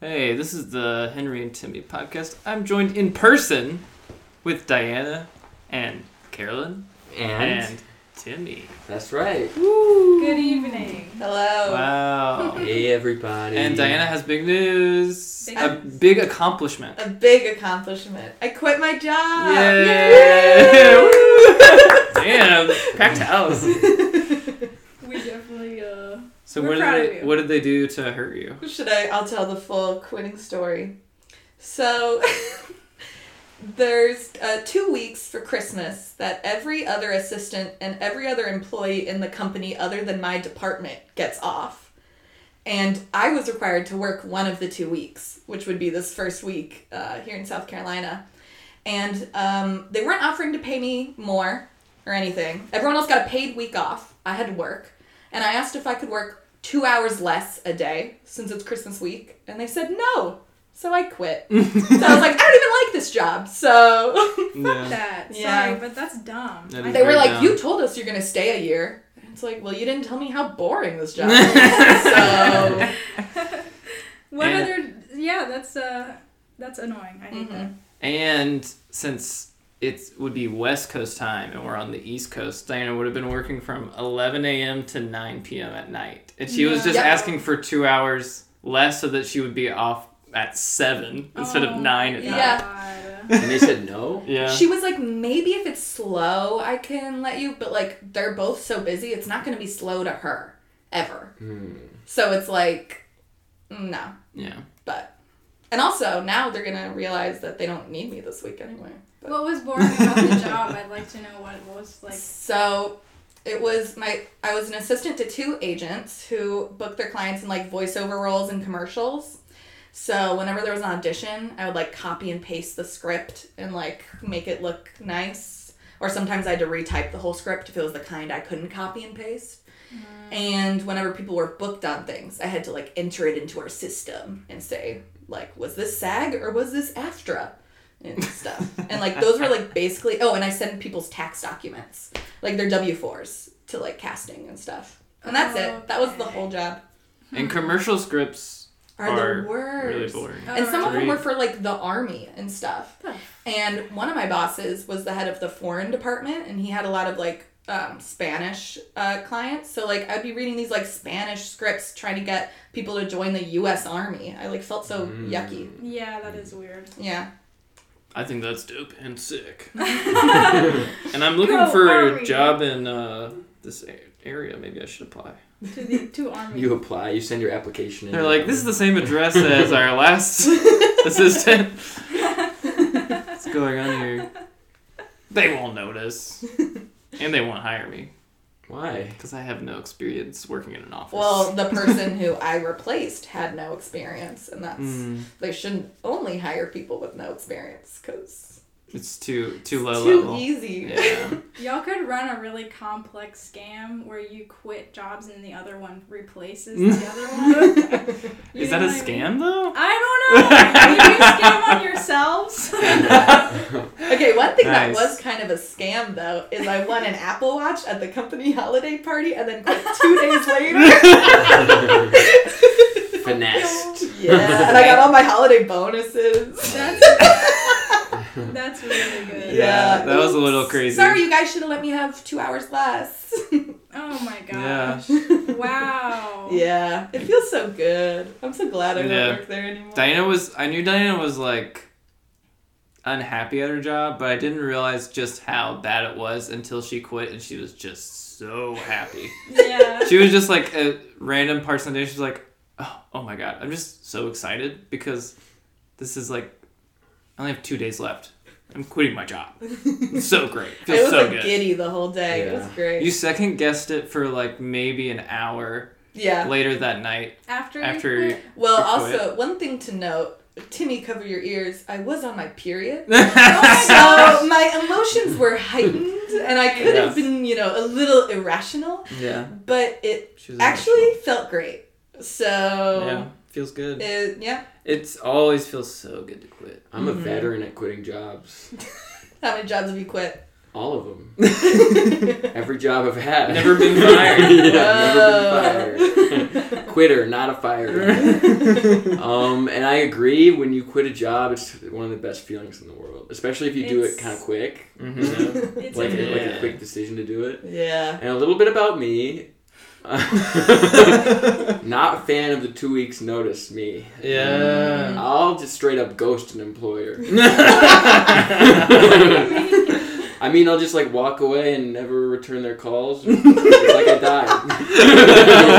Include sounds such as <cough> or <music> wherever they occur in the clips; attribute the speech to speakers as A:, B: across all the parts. A: Hey, this is the Henry and Timmy podcast. I'm joined in person with Diana and Carolyn
B: And,
A: and, Timmy.
B: that's right.
C: Good evening.
D: Hello.
A: Wow.
B: Hey everybody.
A: and Diana has big news.
C: Big
A: a big accomplishment.
D: A big accomplishment. I quit my job.
C: Ah,
A: Yay! Damn, packed house.
C: We definitely uh
A: So
C: We're
A: what
C: proud
A: did
C: of
A: they,
C: you.
A: what did they do to hurt
C: <laughs>
A: you?
D: Should I? I'll tell the full quitting story. So <laughs> there's uh, two weeks for Christmas that every other assistant and every other employee in the company other than my department gets off. And I was required to work one of the two weeks, which would be this first week uh, here in South Carolina. And um, they weren't offering to pay me more or anything. Everyone else got a paid week off. I had to work. And I asked if I could work two hours less a day since it's Christmas week. And they said no. So I quit. so I was like, I don't even like this job. So
A: Yeah.
C: that.
D: Yeah.
C: Sorry, but that's dumb.
A: That
C: I-
A: is
D: they were
A: Very
D: like,
A: dumb.
D: You told us you're going to stay a year. And it's like, Well, you didn't tell me how boring this job is. so
C: what
A: Yeah.
C: other yeah, that's uh that's annoying. I hate that.
A: And since it would be West Coast time and we're on the East Coast, Diana would have been working from 11 a.m. to 9 p.m. at night. And she was
C: Yeah.
A: just
D: Yeah.
A: asking for two hours less so that she would be off at 7 instead of
C: Oh,
A: 9 at night.
D: yeah.
C: God.
B: And they said
A: <laughs>
B: no.
A: Yeah.
D: she was like, Maybe if it's slow, I can let you. But like, they're both so busy, it's not going to be slow to her ever.
B: Hmm.
D: So it's like, No.
A: yeah.
D: But. And also, now they're going to realize that they don't need me this week anyway. But-
C: What was boring about the job? I'd like to know what was like
D: So it was my I was an assistant to two agents who booked their clients in like voiceover roles and commercials. So whenever there was an audition, I would like copy and paste the script and like make it look nice. Or sometimes I had to retype the whole script if it was the kind I couldn't copy and paste. And whenever people were booked on things, I had to like enter it into our system and say like, was this SAG or was this AFTRA? and stuff. and like those were <laughs> like basically oh, and I send people's tax documents, like their W fours to like casting and stuff. And that's it. That was the
C: Okay.
D: whole job.
A: And commercial scripts
D: Are,
A: Are
D: the worst.
A: really boring.
C: Oh.
D: And some of them
A: Agreed.
D: were for like the army and stuff.
C: Huh.
D: And one of my bosses was the head of the foreign department, and he had a lot of like um, Spanish uh, clients. So like I'd be reading these like Spanish scripts trying to get people to join the U.S. Army. I like felt so
B: Mm.
D: yucky.
C: Yeah, that is weird. <laughs>
D: Yeah.
A: I think that's dope and sick.
B: Hmm.
C: <laughs>
A: and I'm looking
C: Go
A: for a
C: Army.
A: job in uh, this a- area. Maybe I should apply.
C: To the to army.
B: You apply. You send your application. in.
A: They're like, this is the same address as our
C: <laughs>
A: last assistant. What's going on here? They won't notice. And they won't hire me
B: Why?
A: because I have no experience working in an office.
D: Well, the person who I replaced had no experience, and that's
A: Mm,
D: they shouldn't only hire people with no experience because
A: it's too too
D: it's
A: low
D: too
A: level.
D: easy.
A: Yeah.
C: Y'all could run a really complex scam where you quit jobs and the other one replaces the other one. You
A: Is that a
C: know what I mean?
A: scam though?
C: I don't know. Did you scam on yourselves?
D: Okay, one thing
A: Nice.
D: that was kind of a scam though is I won an Apple Watch at the company holiday party and then quit two
A: <laughs>
D: days later. <laughs>
B: Finessed.
D: Yeah, and I got all my holiday bonuses.
C: That's that's really good.
A: <laughs> Yeah. that was a little
D: Oops.
A: crazy.
D: Sorry, you guys should have let me have two hours less.
C: Oh my
A: Yeah.
C: gosh. Wow.
D: <laughs> yeah, it feels so good. I'm so glad I don't
A: Yeah.
D: work there anymore. <laughs>
A: Diana was. I knew Diana was like unhappy at her job, but I didn't realize just how bad it was until she quit, and she was just so happy.
C: Yeah.
A: she was just like at random parts of the day she's like oh, oh my god i'm just so excited because this is like i only have two days left i'm quitting my job it's so
D: <laughs>
A: great
D: I
A: feels
D: was
A: so
D: like
A: good
D: giddy the whole day. It was
B: Yeah.
D: great.
A: you second guessed it for like maybe an hour
D: yeah.
A: later that night
C: After
A: After-
C: you quit?
D: Well,
A: Before
D: also one thing to note, Timmy, cover your ears. I was on my period,
A: <laughs>
B: <laughs>
C: Oh
D: so my emotions were heightened, and I could
A: Yes.
D: have been, you know, a little irrational,
A: yeah
D: but it
A: she was
D: actually
A: emotional.
D: felt great. So
A: yeah feels good
D: it, yeah,
A: it's always
D: <laughs>
A: feels so good to quit <laughs>
B: I'm a veteran at quitting jobs. <laughs>
D: how many jobs have you quit?
B: All of them. Every job I've had.
A: Never been
B: <laughs>
D: <laughs>
A: fired.
D: Uh.
B: yeah, never been fired. Quitter, not a fired.
A: <laughs> Oh,
B: um, and I agree. When you quit a job, it's one of the best feelings in the world, especially if you do it
C: It's-
B: kind of quick, you
A: Mhm.
B: know?
C: It's
B: like
C: a-
B: a, like a
A: Yeah.
B: quick decision to do it. <laughs>
D: yeah.
B: And a little bit about me.
A: mm-hmm.
D: <laughs>
A: <laughs>
B: not a fan of the two weeks notice. Me.
A: Yeah.
B: I'll just straight up ghost an employer. I mean, I'll just like walk away and never return their calls. <laughs> It's like I
D: oh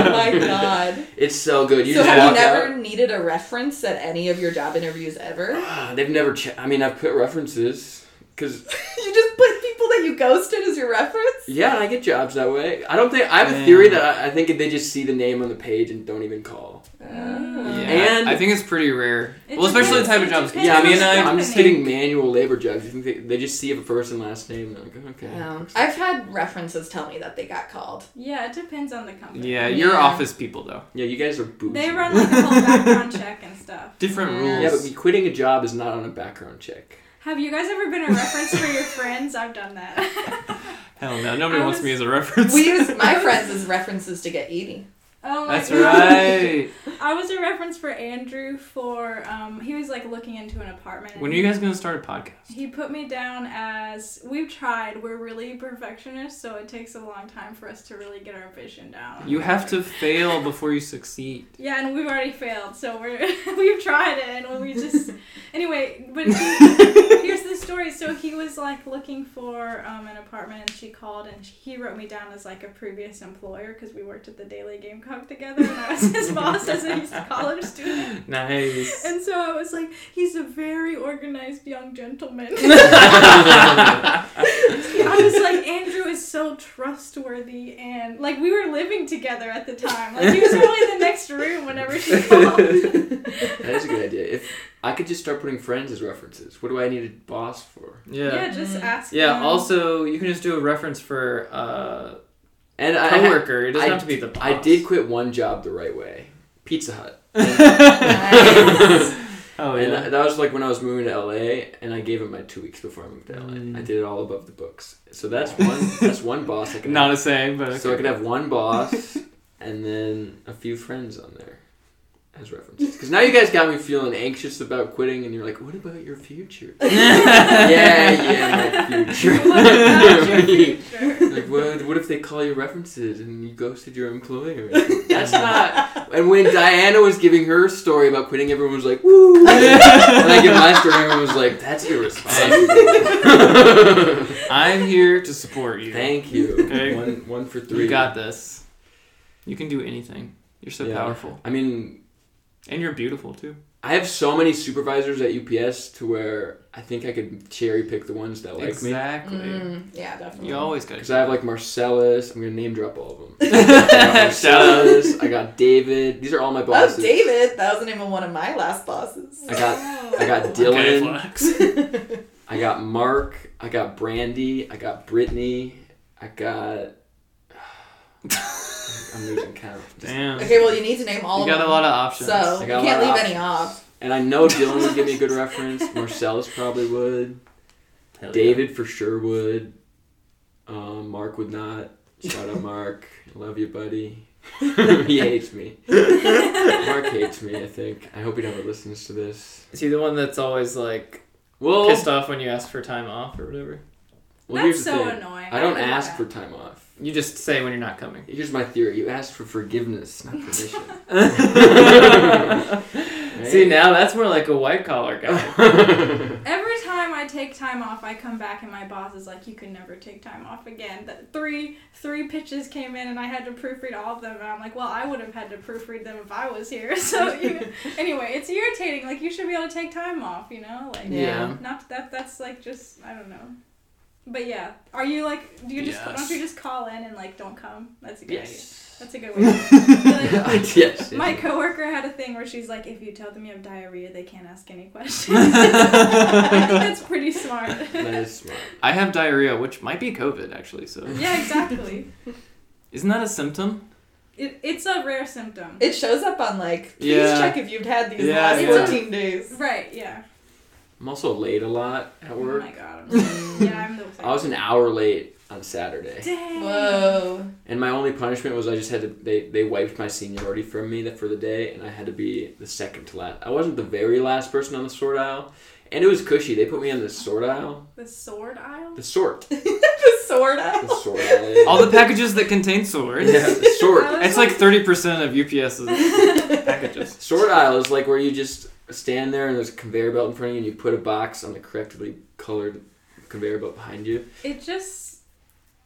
B: died.
D: my god.
B: It's so good. You
D: so
B: just
D: have you
B: walk
D: never
B: out.
D: needed a reference at any of your job interviews ever? <laughs>
B: Ah, <sighs> They've never. Che- I mean, I've put references because
D: you just put people that you ghosted as your reference?
B: yeah, I get jobs that way. I don't think I have a theory that I, I think they just see the name on the page and don't even call.
A: Yeah.
D: Oh.
B: And-
A: I think it's pretty rare.
C: It
A: well, especially the type of
C: depends.
A: jobs.
C: It
B: yeah, I mean,
C: depends
A: I-
C: on the
B: I'm just
C: company.
B: getting manual labor jobs. You think they, they just see a first and last name? They're like, okay.
D: Um, I've had references tell me that they got called.
C: Yeah, it depends on the company.
A: Yeah, you're
D: Yeah.
A: office people though.
B: Yeah, you guys are bougie.
C: They run like a whole background check and stuff.
A: Different
D: Yeah,
B: Yeah,
A: rules.
B: but me quitting a job is not on a background check.
C: Have you guys ever been a reference for your friends? I've done that.
A: Hell no, nobody
C: I
A: wants
C: was-
A: me as a reference.
D: We use my friends as references to get Edie.
C: oh
A: <laughs>
C: my
A: That's
C: god.
A: right.
C: I was a reference for Andrew for um he was like looking into an apartment. and
A: When are you guys gonna start a podcast?
C: He put me down as we've tried. We're really perfectionists, so it takes a long time for us to really get our vision down.
A: You have to fail before you succeed.
C: Yeah, and we've already failed, so we're <laughs> we've tried it, and
A: <laughs>
C: we just anyway. But he, here's the story. So he was like looking for um, an apartment, and she called, and he wrote me down as like a previous employer because we worked at the Daily Gamecock together, and I was his boss as a college student.
B: <laughs>
A: Nice.
C: And so I was like, he's a very organized young
B: <laughs>
C: gentleman. I was like, Andrew is so trustworthy, and like we were living together at the time. Like he was only in the next room whenever she called.
B: That is a good idea. If I could just start putting friends as references, what do I need a boss for?
A: Yeah.
C: Yeah, just
D: Mm.
C: ask.
A: Yeah.
B: um,
C: him. <laughs>
A: Also, you can just do a reference for uh,
B: And I ha-
A: coworker. It doesn't
B: I
A: have to be the boss.
B: I did quit one job the right way. Pizza Hut.
D: Nice.
A: Oh
B: and
A: yeah.
B: that, that was like when I was moving to LA, and I gave him my two weeks before I moved to LA.
A: Mm.
B: I did it all above the books. So that's one. that's one boss.
A: <laughs>
B: I could
A: Not
B: have.
A: a saying, but
B: So I <laughs>
A: okay.
B: could have one boss, <laughs> and then a few friends on there as references. Because now you guys got me feeling anxious about quitting, and you're like, "What about your future?" <laughs> yeah, yeah, my <laughs> future.
C: What about your future?
B: Like, what, what if they call you references and you ghosted your employer? That's not. <laughs> <laughs> And when Diana was giving her story about quitting, everyone was like, <laughs> woo! and I give my story, everyone was like, that's <laughs> irresponsible.
A: <laughs> I'm here to support you.
B: Thank you.
A: Okay.
B: One, one for three.
A: you got this. You can do anything. You're so
B: Yeah.
A: powerful,
B: I mean,
A: and you're beautiful too.
B: I have so many supervisors at UPS to where I think I could cherry pick the ones that like me.
A: exactly.
D: Mm, yeah, definitely.
A: You always got
B: Because I have like Marcellus. I'm going to name drop all of them. I
A: <laughs> to.
B: got Marcellus. I got David. These are all my
D: Oh,
B: bosses.
D: David. That was the name of one of my last bosses. <laughs>
B: I got I got Dylan.
A: <laughs> Okay, flex.
B: I got Mark. I got Brandy. I got Brittany. I got. I'm losing count.
A: Damn.
D: Okay, well, you need to name all
A: you
D: of
A: got
D: them.
A: a lot of options.
D: so
B: I
D: you
B: got a
D: can't
B: lot
D: leave
B: of
D: any off.
B: And I know Dylan would give me a good reference. Marcellus probably would.
C: Oh,
B: David for sure would. Um, Mark would not. Shout out Mark. <laughs> I love you, buddy. <laughs> he hates me. Mark hates me. I think. I hope he never listens to this.
A: <laughs> Is he the one that's always like
B: Well,
A: pissed off when you ask for time off or whatever?
B: well here's
C: That's
B: the
C: so
B: thing.
C: annoying.
B: I don't
C: do
B: ask
C: that.
B: for time off.
A: You just say when you're not
B: <laughs>
A: coming. <laughs>
B: Here's my theory. You asked for forgiveness, not
C: <laughs>
B: permission.
A: See, now that's more like a white collar guy.
B: now.
C: Every time I take time off, I come back and my boss is like, "You can never take time off again." The three three pitches came in, and I had to proofread all of them, and I'm like, "Well, I would have had to proofread them if I was here." <laughs> So you, anyway, it's irritating. Like you should be able to take time off, you know? Like
A: Yeah.
C: not that that's like just I don't know. But yeah, are you like? Do you just
A: Yes.
C: don't you just call in and like don't come? That's a good idea. That's a good
B: <laughs>
C: way. to-
B: <laughs> yes.
C: Like,
B: yes.
C: my coworker had a thing where she's like, if you tell them you have diarrhea, they can't ask any questions.
B: <laughs>
C: I think that's pretty smart.
B: That is smart.
A: I have diarrhea, which might be COVID actually. So
C: <laughs> yeah, exactly.
A: isn't that a symptom?
C: It, it's a rare symptom.
D: It shows up on like, please
A: Yeah.
D: check if you've had these
A: Yeah,
D: last
A: yeah.
D: 14 days.
C: right, yeah.
B: I'm also late a lot at
C: Oh
B: work.
C: my god. I'm so- yeah, I'm the
B: I was an hour late on Saturday.
C: Dang.
D: <laughs> Whoa.
B: And my only punishment was I just had to they, they wiped my seniority from me that for the day and I had to be the second to last. I wasn't the very last person on the sword aisle. And it was cushy. They put me on the sword aisle.
C: The sword aisle?
B: The sword.
D: the sword
B: The
D: <laughs> aisle.
B: sword aisle. <laughs>
A: All the packages that contain swords.
B: Yeah, the sword.
A: It's like 30% of
D: <laughs>
A: UPS's packages.
B: <laughs> Sword aisle is like where you just stand there and there's a conveyor belt in front of you and you put a box on the correctly colored conveyor belt behind you.
C: It just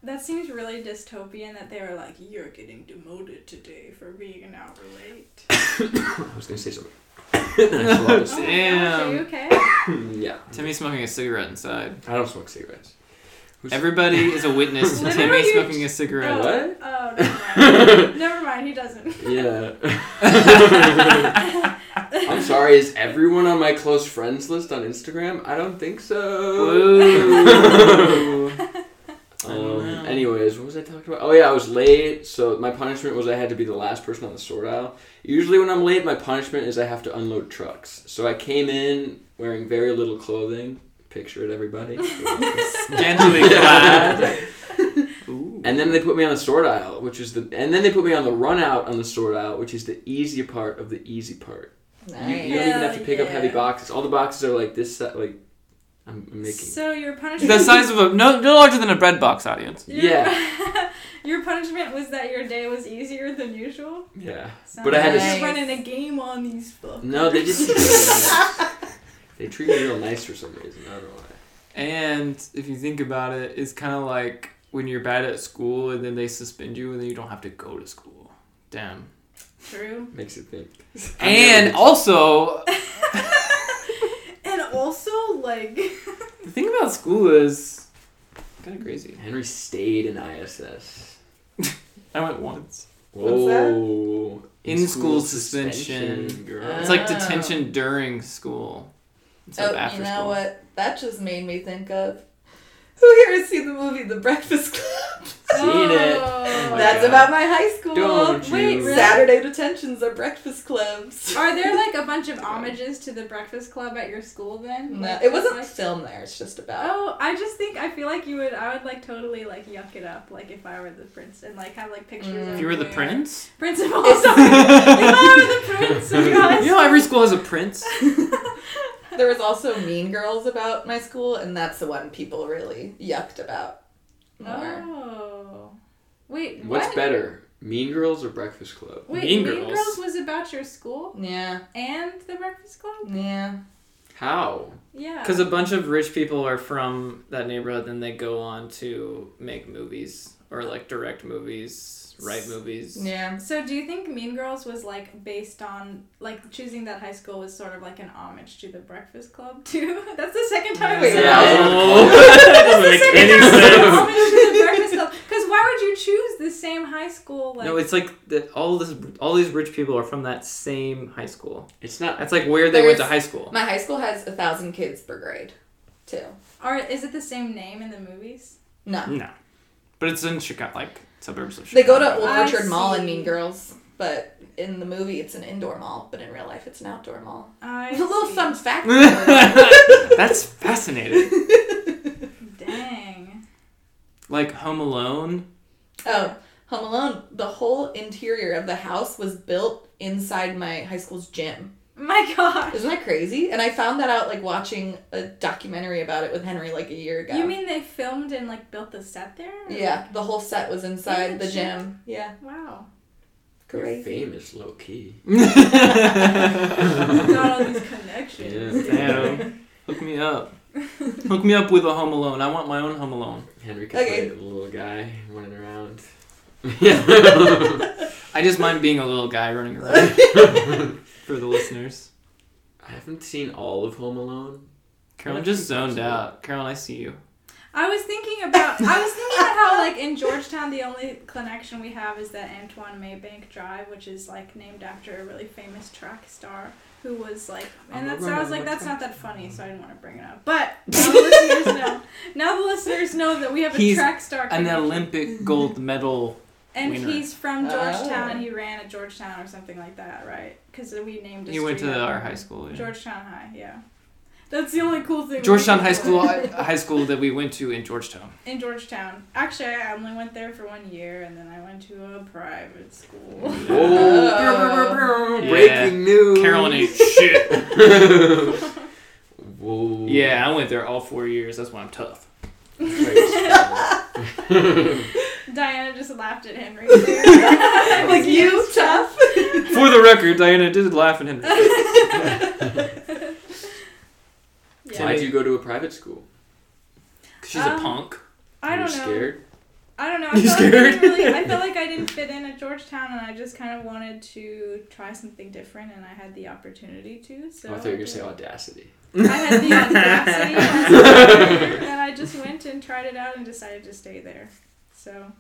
C: that seems really dystopian that they were like, You're getting demoted today for being an hour late.
B: I was gonna say something. <laughs> And I swallowed a
C: Oh my
B: stick.
A: Damn.
C: gosh, are you
B: <laughs>
C: okay?
B: yeah.
A: Timmy's smoking a cigarette inside.
B: I don't smoke cigarettes. Who's-
A: Everybody is a
D: <laughs>
A: witness to Timmy
C: Literally, you-
A: smoking a
C: Oh,
A: cigarette.
B: What?
C: Oh,
B: <laughs>
C: never mind. never mind, he doesn't. <laughs>
A: <laughs>
B: Yeah. I'm sorry, is everyone on my close friends list on Instagram? I don't think so.
A: Whoa. I don't
B: um,
A: know.
B: anyways, what was I talking about? Oh, yeah, I was late, so my punishment was I had to be the last person on the sword aisle. Usually, when I'm late, my punishment is I have to unload trucks. So I came in wearing very little clothing. Picture
A: <laughs>
B: it, everybody. <laughs>
A: Scantily clad. Ooh.
B: And then they put me on the sword aisle, which is the, and then they put me on the run out on the sword aisle, which is the easy part of the easy part. You, you don't even have to
C: Hell
B: pick up heavy
C: yeah.
B: boxes. All the boxes are like this, si- like I'm, I'm making.
C: So your punishment
A: The size of a no, no larger than a bread box audience.
C: <laughs> your, <laughs> your punishment was that your day was easier than usual.
B: yeah.
C: Sounds
B: But I had
D: to
C: like
D: s-
C: you're running a game on these fuckers.
B: No, they just they treat me real nice for some reason. I don't know why.
A: And if you think about it, it's kind of like when you're bad at school and then they suspend you and then you don't have to go to school. Damn.
C: <laughs> True. <laughs>
B: Makes you think. I'm
A: And
B: never-
A: also,
C: And also like
A: the thing about school is kind of crazy.
B: Henry stayed in ISS.
A: I went once.
D: What's that?
B: Whoa.
A: In-school suspension.
B: girl.
A: It's like
D: Oh.
A: detention during school. instead of
D: oh,
A: after
D: you know
A: school.
D: what? That just made me think of. Who here has seen the movie The Breakfast Club?
B: Seen it.
C: Oh my
D: That's
B: God.
D: about my high school.
B: Don't
C: Wait,
B: you?
C: really?
D: Saturday detentions are
C: <laughs>
D: breakfast clubs.
C: Are there like a bunch of homages to the Breakfast Club at your school then?
D: No,
C: Like,
D: it wasn't
C: like-
D: filmed there. It's just about.
C: Oh, I just think I feel like you would. I would like totally like yuck it up, like if I were the prince, and like have like pictures.
D: Mm.
C: of
A: If you were the
C: where-
A: prince? <laughs>
C: principal. Sorry, <laughs>
D: <laughs>
C: if I were the prince, you guys.
A: You know, every school has a prince.
D: <laughs> There was also Mean Girls about my school, and that's the one people really yucked about more.
C: Oh, wait.
B: What's
C: what?
B: better, Mean Girls or Breakfast Club?
C: Wait,
A: Mean
C: mean,
A: Girls?
C: Girls. was about your school
D: Yeah,
C: and the Breakfast Club.
D: yeah.
B: How?
C: Yeah.
A: Because a bunch of rich people are from that neighborhood, then they go on to make movies or like direct movies, write movies. <laughs>
D: Yeah.
C: So do you think Mean Girls was like based on like choosing that high school was sort of like an homage to the Breakfast Club <laughs> too? That's the second time
D: Wait,
C: we
D: Yeah, I
B: what?
A: No. <laughs>
C: That's
A: Doesn't
C: the
A: make
C: second
A: any
C: time it's an
D: <laughs>
A: sense.
C: homage to the Breakfast Club. Because why would you choose the same high school? Like,
A: No, it's like that. All this, all these rich people are from that same high school.
B: It's not
A: That's like where they went to
D: There's-
A: high
D: <laughs>
A: school.
D: My high school has a thousand kids per grade, too.
C: or is it the same name in the movies?
D: No,
A: No, but it's in Chicago, like suburbs of Chicago.
D: they go to Old
C: I
D: Orchard Mall in
C: see.
D: Mean Girls, but in the movie it's an indoor mall, but in real life it's an outdoor mall.
C: I
D: It's a little
C: see.
D: fun fact.
A: <laughs>
D: for-
A: That's fascinating.
C: Dang.
A: Like Home
D: <laughs>
A: Alone.
D: Oh, Home Alone, the whole interior of the house was built inside my high school's gym.
C: My <laughs> gosh.
D: Isn't that crazy? And I found that out like watching a documentary about it with Henry like a year ago.
C: You mean they filmed and like built the set there?
D: Yeah, the whole set was
C: In
D: inside
C: the
D: the gym. Yeah.
C: Wow.
B: you're
D: Crazy.
B: famous, low key.
C: Got all these
B: Yeah.
A: <laughs>
C: connections.
A: Damn. Hook me up. <laughs> Hook me up with a Home Alone. I want my own Home Alone.
B: Henry could play
D: Okay.
B: the little guy running
C: <laughs>
B: around. <laughs> Yeah.
A: I just mind being a little guy running <laughs> around for the listeners.
B: I haven't seen all of Home Alone.
A: Carolyn just zoned out. Carolyn, I see you.
C: I was thinking about I was thinking about how like in Georgetown the only connection we have is that Antoine Maybank Drive, which is like named after a really famous track star who was like and that's I was like that's not that funny, so I didn't want to bring it up. But now the
A: <laughs>
C: listeners know. Now the listeners know that we have a
A: He's
C: track star
A: An
C: connection.
A: Olympic gold medal.
C: and
A: winner.
C: he's from Georgetown
D: Oh.
C: and he ran at Georgetown or something like that, right? Because we named a
A: He went
C: street
A: to
C: after
A: our
C: him.
A: high school. yeah.
C: Georgetown High, yeah. That's the only cool thing. we
A: Georgetown
C: did.
A: High School, uh, high school that we went to in Georgetown.
C: <laughs> In Georgetown. Actually, I only went there for one year, and then I went to a private school. <laughs>
B: Whoa.
D: Oh.
A: Yeah.
B: Breaking news. <laughs>
A: Carolyn ain't shit.
B: Whoa.
A: Yeah, I went there all four years. That's why I'm tough.
C: <laughs> Diana just laughed
A: <laughs>
C: at Henry. like
D: like you, tough.
A: For the record, Diana did laugh at him.
C: Yeah.
B: Why'd you go to a private school?
A: She's a
C: Um,
A: punk.
C: I
B: Were
C: don't
B: you
C: know.
B: scared?
C: I don't know. I
A: You
C: felt, like I, didn't
A: scared?
C: really, I felt
A: <laughs>
C: like I didn't fit in at Georgetown, and I just kind of wanted to try something different, and I had the opportunity to. So
B: Oh, I thought you were going to say audacity.
C: I
A: <laughs>
C: had the audacity,
D: <laughs>
C: and I just went and tried it out and decided to stay there. So,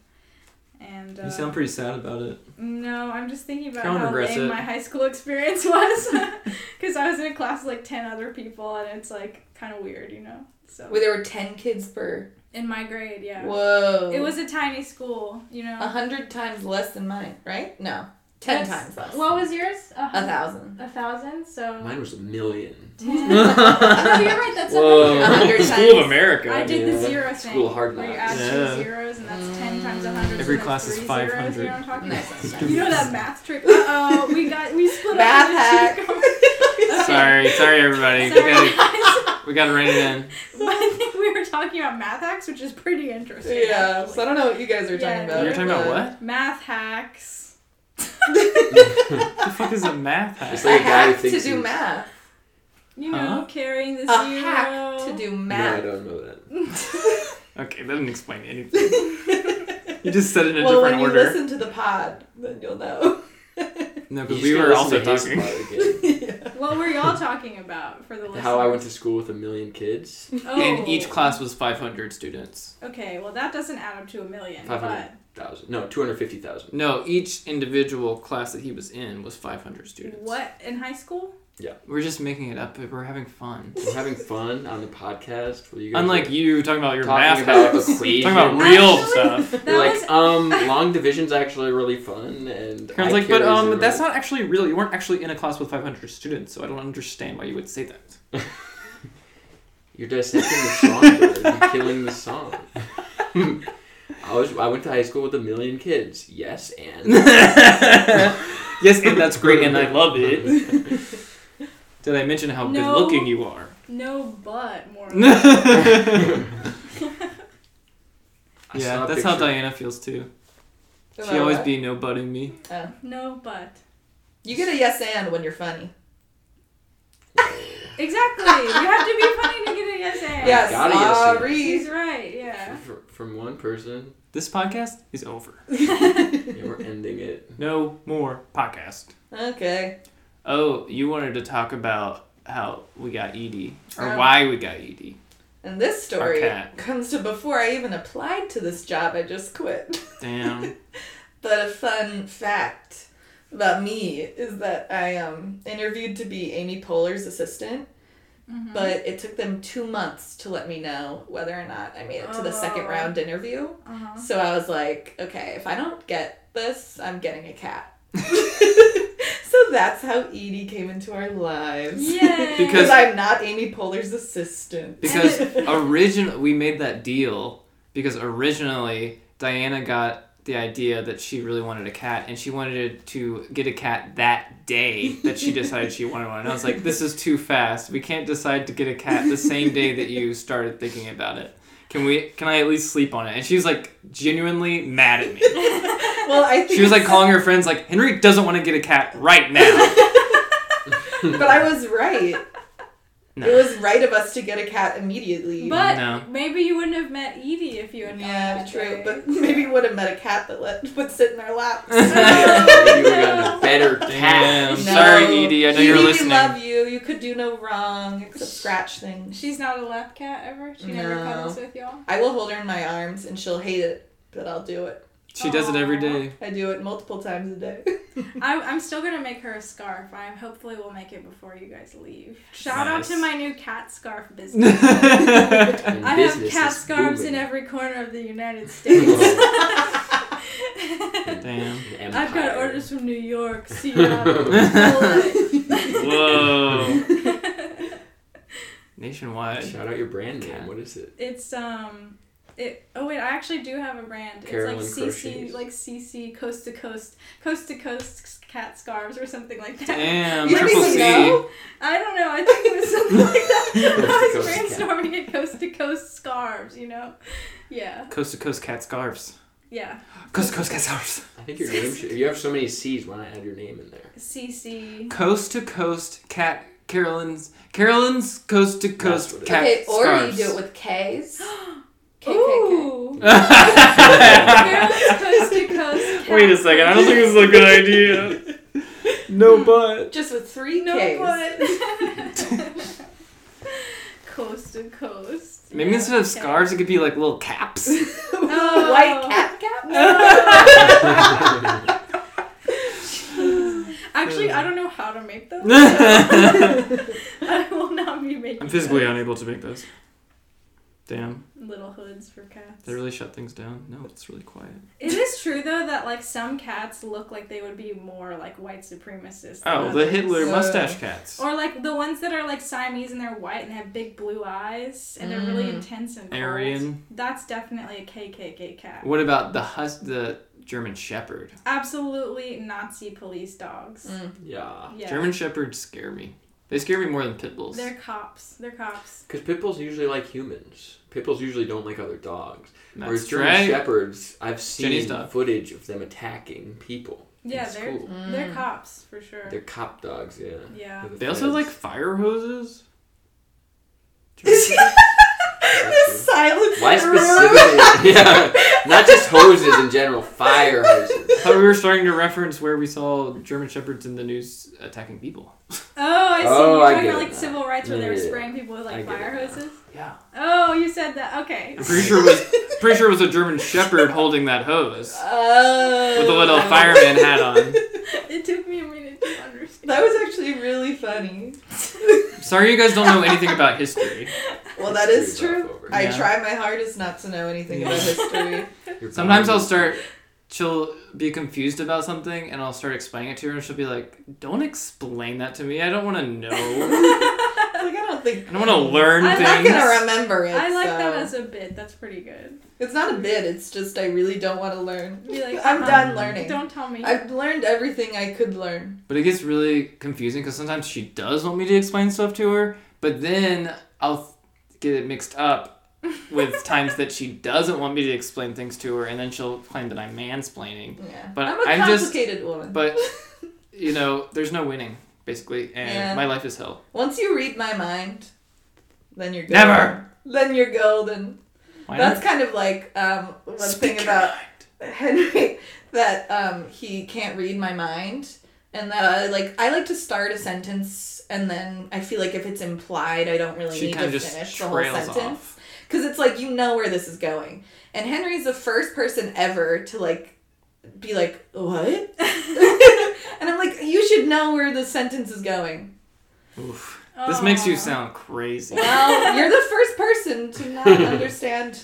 C: and uh,
A: You sound pretty sad about it.
C: no, I'm just thinking about
A: Kinda
C: how
A: regrets
C: lame
A: it.
C: my high school <laughs> experience was, <laughs> because I was in a class with like ten other people, and it's like kind of weird, you know. So
D: <laughs> Where there were 10 kids per.
C: in my grade, yeah,
D: Whoa.
C: it was a tiny school, you know.
D: a 100 times less than mine, right? No. 10
C: That's-
D: times less.
C: What was yours? A,
D: a
C: hun-
D: thousand.
C: A thousand.
A: <laughs>
C: So. <laughs>
B: Mine was a million.
C: Ten. oh, you're right. That's
A: Whoa.
C: a hundred.
D: hundred
A: School of
D: times.
A: America.
C: I did the
B: yeah.
C: zero thing.
B: School of hard
C: Where you
B: knocks.
C: add
A: Yeah.
C: two zeros and that's ten times a hundred.
A: Every
C: so that's
A: class is
C: three zeros,
A: 500.
C: You know what I'm talking
A: <laughs>
C: about?
D: Nice.
C: You know that math trick? Uh oh, we got we split
D: Math
C: up.
D: hack. <laughs>
C: into two companies. Okay.
A: Sorry, sorry everybody. We
C: Sorry,
A: gotta,
C: guys.
A: we gotta rein it in.
C: <laughs> But I think we were talking about math hacks, which is pretty interesting.
D: Yeah,
C: actually.
D: so I don't know what you guys are
C: Yeah,
D: talking about.
A: You're talking about
D: but-
A: what?
C: math hacks.
A: What the fuck is a math hack?
B: It's like
D: a
B: a guy who
D: uh, hack to
B: thinks
D: do
B: he's-
D: math.
C: You know,
A: Huh?
C: carrying the
D: A
C: zero.
D: hack to do <laughs>
B: No, I
D: math.
B: don't know that.
A: Okay, that didn't explain anything. You just said it in a
D: well, when
A: different
D: you
A: order.
D: listen to the pod, then you'll know.
A: no,
B: You
A: because
B: just
A: we
B: gotta
A: were also
B: listen to
A: talking.
B: his part again.
C: What were y'all talking about for the <laughs> listeners?
B: How I went to school with a million kids.
C: Oh.
A: And each class was 500 students.
C: Okay, well that doesn't add up to a million,
B: Five
C: but
B: hundred thousand. No, two hundred fifty thousand.
A: No, each individual class that he was in was 500 students.
C: what in
A: <laughs>
C: high school?
A: We're just making it up, but we're having
B: <laughs>
A: fun.
B: I'm having fun on the podcast. Well, you guys
A: Unlike
B: are
A: you talking about your math <laughs>
B: talking about
A: hacks.
B: equations.
A: talking about real
C: Actually,
B: <laughs>
A: stuff.
C: That
B: You're like,
C: was
B: um, long division's actually really fun, and
A: I was
B: I
A: like, but
B: carries
A: um,
B: and
A: that's
B: wrote-
A: not actually real. You weren't actually in a class with 500 students, so I don't understand why you would say that.
B: You're dissecting the song,
A: <laughs>
B: bro. You're killing the song. I was. I went to high school with a million kids. Yes,
A: <laughs>
B: and
A: yes, and that's great, and I love <laughs> it. Did I mention how
C: No.
A: good looking you are? <laughs>
C: no but more.
B: I saw
A: yeah,
B: a
A: that's how
B: picture-
A: Diana feels too. <laughs> She always be no butting me.
D: Oh.
C: no but.
D: uh, You get a yes and when you're funny.
C: Exactly. You have to be funny to get an essay.
D: Yes,
B: got a yes and.
C: He's right, yeah.
B: Fr- From one person,
A: This podcast is over.
B: and we're ending
C: <laughs>
B: it.
A: No more podcast.
D: <laughs> okay.
A: Oh, you wanted to talk about how we got ED or
D: Um,
A: why we got E ED.
D: And this story
A: Our cat.
D: comes to before I even applied to this job I just quit.
A: Damn.
D: But a fun fact about me is that I um, interviewed to be Amy Poehler's assistant,
C: Mm-hmm.
D: but it took them two months to let me know whether or not I made it to the second
C: Oh.
D: round interview.
C: Uh-huh.
D: So I was like, okay, if I don't get this, I'm getting a cat. <laughs> so that's how Edie came into our lives.
C: Yay.
D: <laughs>
A: Because-
D: Because I'm not Amy Poehler's assistant. <laughs>
A: Because originally we made that deal because originally Diana got the idea that she really wanted a cat and she wanted to get a cat that day that she decided she wanted one. And I was like, this is too fast. We can't decide to get a cat the same day that you started thinking about it. Can we can I at least sleep on it? And she's like genuinely mad at me.
D: well, I think
A: She was like
D: it's-
A: calling her friends like Henry doesn't want to get a cat right now.
D: <laughs> but I was right.
A: <laughs> No.
D: It was right of us to get a cat immediately.
C: but
A: No.
C: maybe you wouldn't have met Edie if you had gone
D: yeah,
C: that
D: true.
C: way.
D: But <laughs> maybe would have met a cat that let <laughs> would sit in our
A: <laughs>
D: laps. <laughs>
B: Maybe we got a better
A: Damn.
B: cat.
A: Sorry, Edie, I know you're
D: Edie, we
A: listening.
D: love you. You could do no wrong except scratch things.
C: She's not a lap cat ever. She never
D: No.
C: cuddles with y'all.
D: I will hold her in my arms and she'll hate it, but I'll do it.
A: She does it every day.
D: I do it multiple times a
A: <laughs>
D: <laughs> day.
C: I'm, I'm still gonna make her a scarf. I hopefully will make it before you guys leave. Shout
A: Nice.
C: out to my new cat scarf
B: <laughs>
C: business.
A: That's
B: And
C: I have
B: business
C: cat
B: is
C: scarves
B: booming.
C: in every corner of the United States.
A: <laughs>
B: <laughs>
A: Oh, Damn.
B: An
C: I've got
B: empire. <laughs>
C: orders uh, from New York, Seattle. Portland.
A: Whoa. Nationwide.
B: Shout out your brand
A: Cat.
B: name. What is it?
C: It's um it oh wait, I actually do have a brand.
B: Carolyn
C: it's like CC
B: Crochets.
C: like CC coast to coast coast to coast cat scarves or something like that. <laughs>
A: Damn,
D: You don't
A: triple
D: even
A: C.
D: know?
C: I don't know, I think it was something
A: <laughs>
C: like that. I
B: Coast
C: was
B: to coast cat.
C: brainstorming at coast to coast scarves, you know? Yeah.
A: Coast to coast cat scarves.
C: Yeah.
A: Coast to coast cat scarves.
B: I think your name should. You have so many C's. Why not add your name in there?
C: CC
A: Coast to coast cat Carolyn's Carolyn's coast to
B: That's what
A: coast
B: it
A: cat
D: okay, or
A: scarves. <laughs>
D: you do it with <gasps> K's. KKK.
C: Ooh.
D: Carolyn's
C: Carolyn's coast to coast.
A: <laughs> Wait a second, I don't think this is a good idea. No but.
D: Just with three
C: No
D: K's.
A: <laughs>
D: <laughs>
C: but <laughs> coast to coast.
A: Maybe
C: Yeah,
A: instead of
C: okay.
A: scarves, it could be like little caps.
C: No.
D: White cap <laughs> cap?
C: <laughs> Actually, I don't know how to
A: <laughs>
C: make those. <laughs> so I will not be making.
A: I'm physically
C: those.
A: unable to make those. Damn,
C: Little hoods for cats.
A: they really shut things down. No, it's really quiet.
C: It is true though that like some cats look like they would be more like white supremacists. than
A: Oh, the
C: others.
A: Hitler
D: Whoa.
A: mustache cats.
C: Or like the ones that are like Siamese and they're white and have big blue eyes and they're really
D: Mm.
C: intense and cold.
A: Aryan.
C: That's definitely a KKK cat.
A: What about the hus- the German Shepherd?
C: Absolutely Nazi police dogs.
D: Mm.
B: Yeah.
C: Yeah.
A: German Shepherds scare me. They scare me more than pit bulls.
C: They're cops. They're cops.
B: Because pit bulls usually like humans. Pit bulls usually don't like other dogs. Whereas
A: That's
B: German
A: right.
B: shepherds, I've
A: Jenny's
B: seen
A: dog.
B: footage of them attacking people.
C: Yeah,
B: It's
C: they're
B: cool.
C: they're cops for sure.
B: They're cop dogs. Yeah.
C: yeah.
B: They're the
A: They also like
C: <laughs>
B: feds.
A: fire
D: <laughs>
A: hoses.
D: this silence.
B: Why
D: in the
C: <laughs>
D: room.
B: specifically? <laughs> yeah, not just hoses in general. Fire hoses.
A: How we were starting to reference where we saw German shepherds in the news attacking people.
C: Oh, I see.
B: Oh,
C: You're
B: I
C: talking
B: get
C: about like
B: it now.
C: civil rights where they were
B: Yeah.
C: spraying people with
B: I
C: like
B: get it
C: fire
B: now.
C: hoses.
A: Yeah.
C: Oh, you said that. Okay. <laughs>
A: I'm pretty sure it was pretty sure it was a
D: <laughs>
A: German shepherd holding that hose
D: Oh.
A: with a little fireman hat on.
D: <laughs>
C: it took me a minute to understand.
D: That was
C: <laughs>
D: actually really
A: <laughs>
D: funny.
A: Sorry, you guys don't know anything about history.
D: well, that is
B: History's
D: true.
B: off over.
D: I
A: Yeah.
D: try my hardest not to know anything about
A: Yeah.
D: history.
B: Your
A: Sometimes
B: body-
A: I'll start. She'll be confused about something, and I'll start explaining it to her, and she'll be like, "Don't explain that to me. I don't want to know.
D: like, I don't think.
A: I don't want
D: <laughs>
A: to learn
C: I
D: I'm
A: things."
D: not gonna remember it.
C: I like
D: so.
C: that as a bit. That's pretty good.
D: It's not a bid. It's just I really don't want to learn.
C: Be like,
D: I'm
C: uh-huh.
D: done learning.
C: Don't tell me.
D: I've learned everything I could learn.
A: But it gets really confusing because sometimes she does want me to explain stuff to her, but then I'll get it mixed up
D: <laughs>
A: with times that she doesn't want me to explain things to her, and then she'll claim that I'm mansplaining.
D: Yeah.
A: But
D: I'm a
A: I'm just-
D: complicated woman.
A: But you know, there's no winning basically, and
D: Yeah.
A: my life is hell.
D: Once you read my mind, then you're golden.
A: Never!
D: Then you're golden.
A: Why
D: That's kind of like um, one thing
A: your
D: about
A: mind.
D: Henry <laughs> that um, he can't read my mind. And that, uh, like, I like to start a sentence, and then I feel like if it's implied, I don't really
A: She
D: need
A: kind
D: to
A: of just
D: finish the whole
A: trails
D: sentence.
A: off.
D: because it's like you know where this is going and henry's the first person ever to like be like what <laughs> and i'm like you should know where the sentence is going
A: Oof. This makes you sound crazy.
D: well <laughs> you're the first person to not understand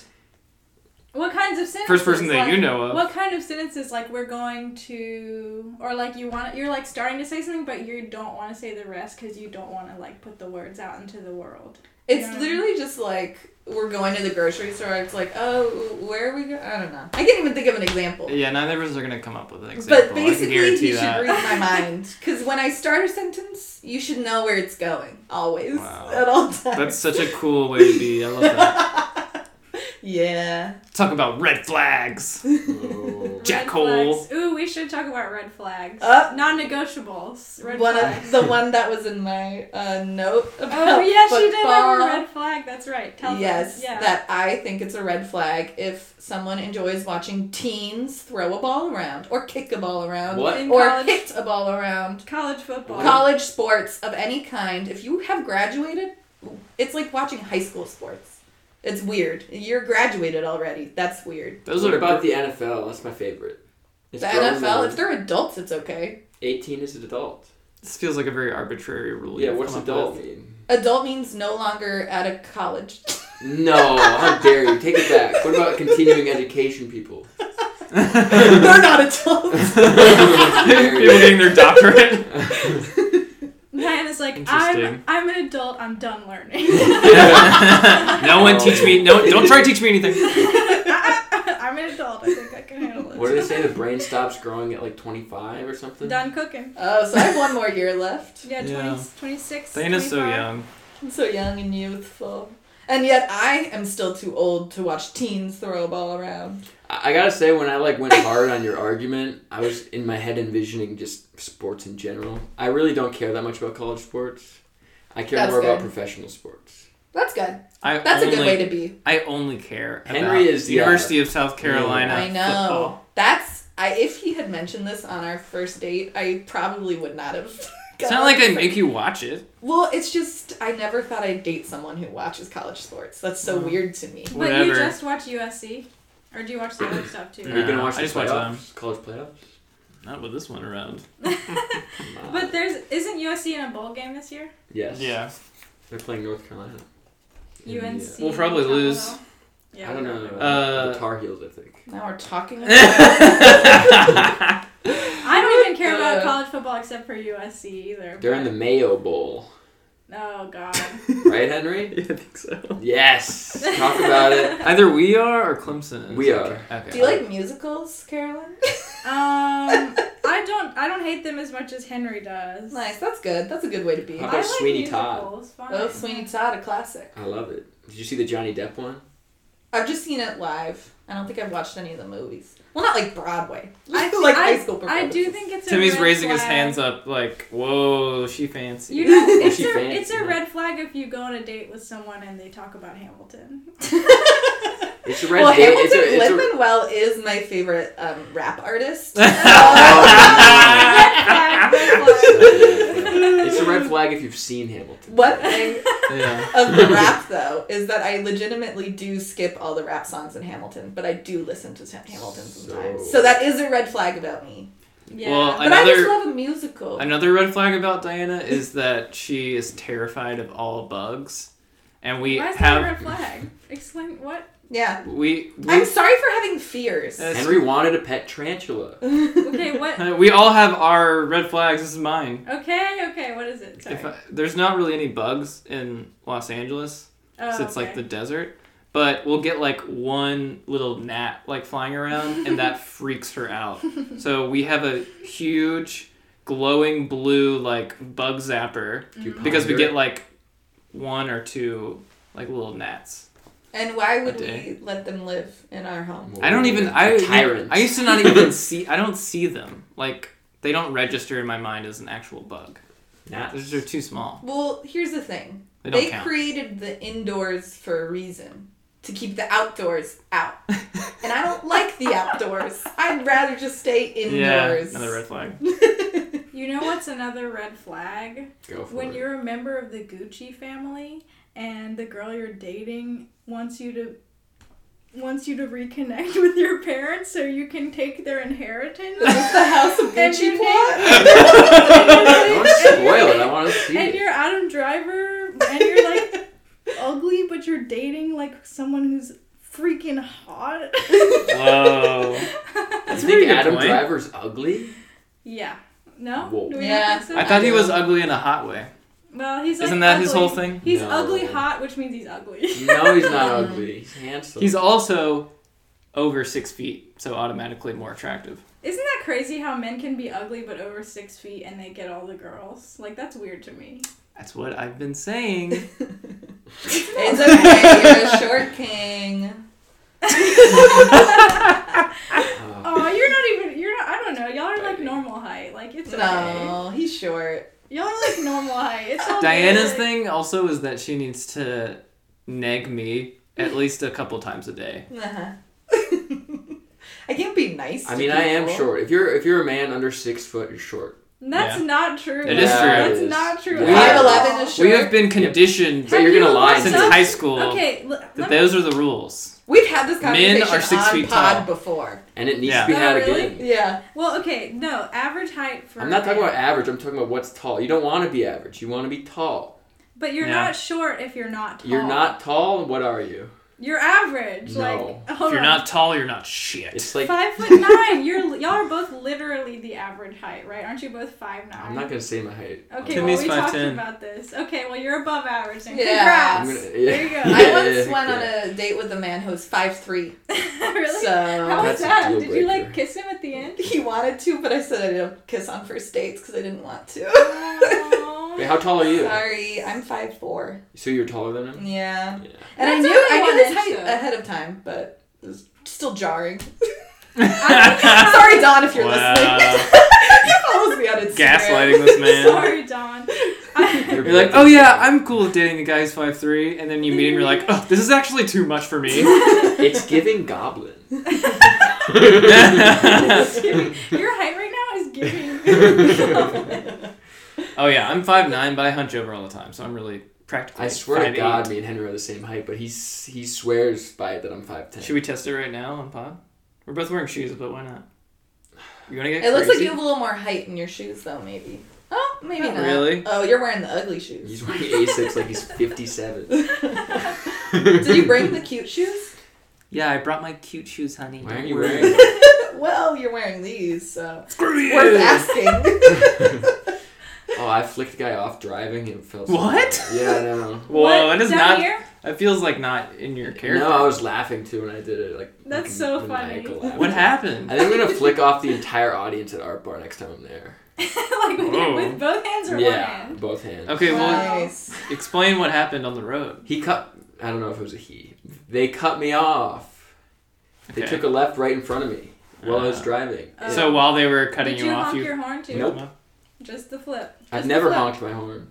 C: Oh. What kinds of sentences?
A: First person that
C: like,
A: you know of.
C: What kind of sentences like we're going to, or like you want, you're like starting to say something, but you don't want to say the rest because you don't want to like put the words out into the world.
D: it's
C: Yeah.
D: literally just like we're going to the grocery store it's like oh where are we going i don't know i can't even think of an example
A: Yeah, neither of us are gonna come up with an example.
D: but
A: I can
D: basically you
A: guarantee
D: should
A: that. <laughs>
D: read my mind because when i start a sentence you should know where it's going always
A: Wow.
D: at all times
A: That's such a cool way to be. I
D: <laughs>
A: love that.
C: <laughs>
D: yeah
A: Talk about red flags.
B: Oh.
A: Jackhole.
C: Red flags. Ooh, we should talk about red flags.
D: Uh,
C: Non-negotiables. Red
D: one
C: flags.
D: of the one that was in my uh, note about
C: Oh yeah, she did
D: football.
C: have a red flag. That's right. Tell them.
D: yes,
C: Yeah.
D: that I think it's a red flag if someone enjoys watching teens throw a ball around or kick a ball around
B: What?
C: In
D: or
C: college-
D: hit a ball around.
C: College football.
D: College sports of any kind, if you have graduated, it's like watching high school sports. It's weird. You're graduated already. That's weird.
A: Those
B: what
A: are
B: about the NFL? That's my favorite. It's
D: the
B: grown
D: NFL,
B: men.
D: if they're adults, it's okay.
B: 18 is an adult.
A: This feels like a very arbitrary rule.
B: yeah,
A: you've
B: what's
A: come up
B: adult
A: with.
B: mean?
D: Adult means no longer at a college.
B: <laughs>
D: <laughs>
B: No, how dare you? Take it back. What about continuing education people?
A: <laughs>
D: they're not adults.
A: People getting their doctorate.
C: Diana's like,
A: Interesting.
C: I'm I'm an adult. I'm done
D: <laughs>
C: learning. <laughs>
A: no one teach me.
B: <laughs>
A: No, don't try to teach me anything.
C: I'm an adult. I think I can handle it.
B: What do they say? The brain stops growing at like 25 or something?
C: Done cooking.
D: Oh, so I have one more year left.
C: Yeah, 20,
A: Yeah.
C: 26.
A: Diana's so
C: 25.
A: young.
D: I'm so young and youthful. And yet I am still too old to watch teens throw a ball around.
B: I I gotta say, when I like went hard on your argument, I was in my head envisioning just sports in general. I really don't care that much about college sports. I care
D: That's
B: more about
D: good.
B: professional sports.
D: That's good.
A: I
D: That's
A: only,
D: a good way to be.
A: I only care.
B: Henry
A: about
B: is-
A: the
B: yeah.
A: University of South Carolina.
D: I know.
A: Football.
D: That's I if he had mentioned this on our first date, I probably would not have. <laughs>
A: It's not like I make you watch it.
D: Well, it's just I never thought I'd date someone who watches college sports. That's so
A: Mm.
D: weird to me.
C: But
A: Whatever.
C: you just watch USC, or do you watch
A: <coughs>
C: the other stuff too?
A: Yeah.
B: Are you gonna watch
A: I
B: the
A: just watch them.
B: playoffs? College playoffs?
A: Not with this one around.
B: Come on.
C: But there's isn't USC in a bowl game this year?
B: yes.
A: <laughs> Yeah.
B: They're playing North Carolina. In the,
C: UNC.
B: uh,
A: We'll probably
C: Colorado.
A: lose.
C: Yeah.
B: I don't know.
A: Uh,
B: the Tar Heels, I think.
D: Now we're
A: <laughs>
D: talking
A: Uh,
C: I don't even
D: <laughs>
C: care about
D: Uh,
C: college football except for USC either.
B: They're in the Mayo Bowl,
C: Oh God.
B: <laughs> right, Henry?
A: Yeah, I think so.
B: Yes. Talk about it.
A: Either we are or Clemson. is.
B: We
A: Okay.
B: are.
A: Okay.
D: Do you like musicals,
A: <laughs>
D: Carolyn?
C: Um, I don't. I don't hate them as much as Henry does.
D: nice, that's good. That's a good way to be.
B: How
C: I
A: Uh-huh.
B: about
C: like
B: Sweeney Todd?
C: musicals, fine.
D: Oh, Sweeney Todd, a classic.
B: I love it. Did you see the Johnny Depp one?
D: I've just seen it live. I don't think I've watched any of the movies. Well, not like Broadway. <laughs>
C: I
D: I feel
C: think-
D: like
C: I-
D: high school.
C: I do
D: performances.
C: think it's. a
A: Timmy's
C: red
A: raising his
C: flag.
A: hands up like, whoa, she fancy. <laughs>
C: You know, it's
B: she
C: a,
B: fancy,
C: it's a
B: huh?
C: red flag if you go on a date with someone and they talk about Hamilton.
A: <laughs>
B: It's a red
D: Well,
B: date.
D: Hamilton
B: It's a, it's a,
D: Lipinwell is my favorite um, rap artist. <laughs>
C: red flag, red flag.
B: it's a red flag if you've seen Hamilton.
D: One thing
A: <laughs> yeah.
D: of the rap though is that I legitimately do skip all the rap songs in Hamilton, but I do listen to Sam- Hamilton sometimes.
B: So-
D: So that is a red flag about me.
C: Yeah.
A: Well,
D: But I just
A: Another-
D: love a musical.
A: Another red flag about Diana is that she is terrified of all bugs, and we
C: Why is that a
A: have
C: red flag? Explain what?
D: Yeah.
A: we we,
D: I'm sorry for having fears.
A: That's-
D: <laughs>
B: Henry wanted a pet tarantula.
C: Okay,
A: <laughs>
C: what?
A: uh, we all have our red flags. This is mine.
C: Okay, okay, what is it? Sorry.
A: If I, there's not really any bugs in Los Angeles,
C: oh,
A: so it's like the
C: okay.
A: desert. But we'll get like one little gnat like flying around, and
C: <laughs>
A: that freaks her out. So we have a huge, glowing blue like bug zapper
B: Do you
A: because we
B: ponder
A: get
B: it?
A: like one or two like little gnats.
D: and why would
A: A day.
D: we let them live in our home?
A: I don't even.
B: A
A: I
B: tyrant.
A: I used to not even see. I don't see them. Like they don't register in my mind as an actual bug.
B: Not-
A: They're, they're too small.
D: Well, here's the thing.
A: They don't
D: they
A: count.
D: created the indoors for a reason. To keep the outdoors
A: <laughs>
D: out. and I don't like the outdoors. I'd rather just stay
A: yeah,
D: indoors.
A: another
D: <laughs>
A: red flag.
C: You know what's another red flag?
B: Go for
C: When
B: it.
C: you're a member of the Gucci family and the girl you're dating wants you to wants you to reconnect <laughs> with your parents so you can take their
A: <laughs>
C: inheritance.
D: Is the House of
C: <laughs> And your
D: Gucci plot?
B: Don't
C: <laughs>
B: spoil it. I want to see
C: and
B: it.
C: you're Adam Driver and you're like
A: <laughs>
C: ugly but you're dating like someone who's freaking
A: <laughs>
C: hot.
A: Whoa.
B: You
A: That's a
B: think
A: pretty good
B: Adam
A: point.
B: Driver's ugly?
C: yeah. No?
B: Whoa.
C: Do we not
D: Yeah.
C: think so?
A: I thought he was ugly in a hot way.
C: Well, he's like
A: Isn't that his
C: ugly.
A: whole thing?
C: He's
B: No.
C: ugly hot, which means he's ugly.
B: No, he's not ugly. He's handsome.
A: He's also over six feet, so automatically more attractive.
C: Isn't that crazy how men can be ugly but over six feet and they get all the girls? Like that's weird to me.
A: That's what I've been <laughs> saying.
D: <laughs> It's okay, you're a short king.
B: Oh.
C: Oh, you're not even you're not. I don't know. Y'all are like
B: Baby.
C: normal height. Like it's okay.
D: No, he's short.
C: Y'all are like normal height. It's all
A: Diana's
C: good.
A: thing also is that she needs to nag me at least a couple times a day.
D: Uh-huh. <laughs> I can't be nice.
B: I
D: to
B: mean, I am
D: people.
B: short. If you're if you're a man under six foot, you're short.
C: That's
A: Yeah.
C: not true.
A: It is true.
C: That's
B: It is.
C: not true.
B: Yeah.
C: at all.
D: 5'11" is short.
A: We have been conditioned
B: But you're
C: you
B: gonna lie
C: looked
A: since
C: up-
A: high school
C: Okay, l- let
A: that
C: me-
A: those are the rules.
D: We've had this conversation
A: Men are six
D: on
A: feet
D: pod
A: tall.
D: before.
B: and it needs
A: Yeah.
B: to be
C: Oh,
B: had
C: really?
B: again.
D: Yeah.
C: well, okay, no, average height for.
B: I'm not talking about average. I'm talking about what's tall. You don't want to be average. You want to be tall.
C: But you're
A: Yeah.
C: not short if you're not tall.
B: You're not tall. What are you?
C: You're average.
B: No.
C: Like,
A: If
C: hold
A: you're
C: on.
A: not tall, you're not shit. <laughs>
C: <laughs>
B: It's like
C: five foot nine. You're y'all are both literally the average height, right? Aren't you both five nine?
B: I'm not gonna say my height.
C: Okay,
A: Timmy's
C: well, we talked
A: 5'10".
C: about this. Okay, well, you're above average. Then.
D: Yeah.
B: I'm
C: Congrats.
B: gonna, yeah.
C: There you go.
B: yeah,
D: I once
B: yeah,
D: went
B: yeah.
D: on a date with a man who was
B: <laughs>
D: 5'3.
C: <laughs> really? How
D: So
B: That's
C: was
B: a
C: that?
B: deal
C: Did you like
B: breaker.
C: kiss him at
B: <laughs>
C: the end?
D: he wanted to, but I said I didn't kiss on first dates because I didn't want to.
B: Wait,
C: Aw.
B: how tall are you?
D: Sorry, I'm 5'4.
B: So you're taller than
C: <laughs>
B: him?
D: Yeah.
B: Yeah.
D: And I
C: That's
D: knew
C: only
D: I
C: one
D: knew this
C: inch,
D: height
C: though.
D: ahead of time, but it was still jarring. <laughs>
A: Gaslighting
D: Sorry, Don, if you're
A: Wow.
D: listening. <laughs>
C: <laughs>
D: he follows me on Instagram.
A: this
D: <laughs>
A: man.
C: Sorry, Don. I,
A: You're like, oh yeah, I'm cool with dating the guy's five three, and then you meet him, you're like, oh, this is actually too much for
C: <laughs>
A: me.
B: It's giving goblin. <laughs>
C: it's giving- your height right now is
B: <laughs>
C: giving.
A: Oh yeah, I'm five nine, but I hunch over all the time, so I'm really practically.
B: I swear to
A: 5'8".
B: God, me and Henry are the same height, but he s- he swears by it that I'm five ten.
A: Should we test it right now on pod? We're both wearing shoes, but why not? You wanna get
D: It looks like
A: crazy?
D: you have a little more height in your shoes, though, maybe. Oh, maybe
A: Not
D: not.
A: really.
D: Oh, you're wearing the ugly shoes. <laughs>
B: He's wearing Asics like he's fifty
C: <laughs>
B: seven.
D: Did you bring the cute shoes?
A: Yeah, I brought my cute shoes, honey.
B: Why aren't
A: Don't
B: you
A: worry.
B: wearing?
D: well, you're wearing these, so
A: Screw you!
D: worth asking.
B: <laughs> Oh, I flicked a guy off driving and it felt. so
A: What?
B: bad. Yeah, I know.
A: Whoa, that is
C: Down
A: not.
C: here?
A: That feels like not in your character.
B: No, I was laughing too when I did it. Like
C: That's
B: like
C: so funny.
B: maniacal laugh.
A: What happened?
B: I think I'm gonna flick off the entire audience at Art Bar next time I'm there.
C: <laughs> like with, your- with both hands or one
B: yeah,
C: hand?
B: both hands.
A: Okay, well,
C: Wow.
D: nice.
A: explain what happened on the road.
B: He cut. I don't know if it was a he. They cut me off. They
A: Okay.
B: took a left right in front of me while I was
A: Ah.
B: driving.
C: Oh.
A: So while they were cutting
C: Did you,
A: off,
C: honk
A: you.
C: your horn too?
B: Nope.
C: Just the flip.
B: I've
C: Just
B: never
C: the flip.
B: honked my horn.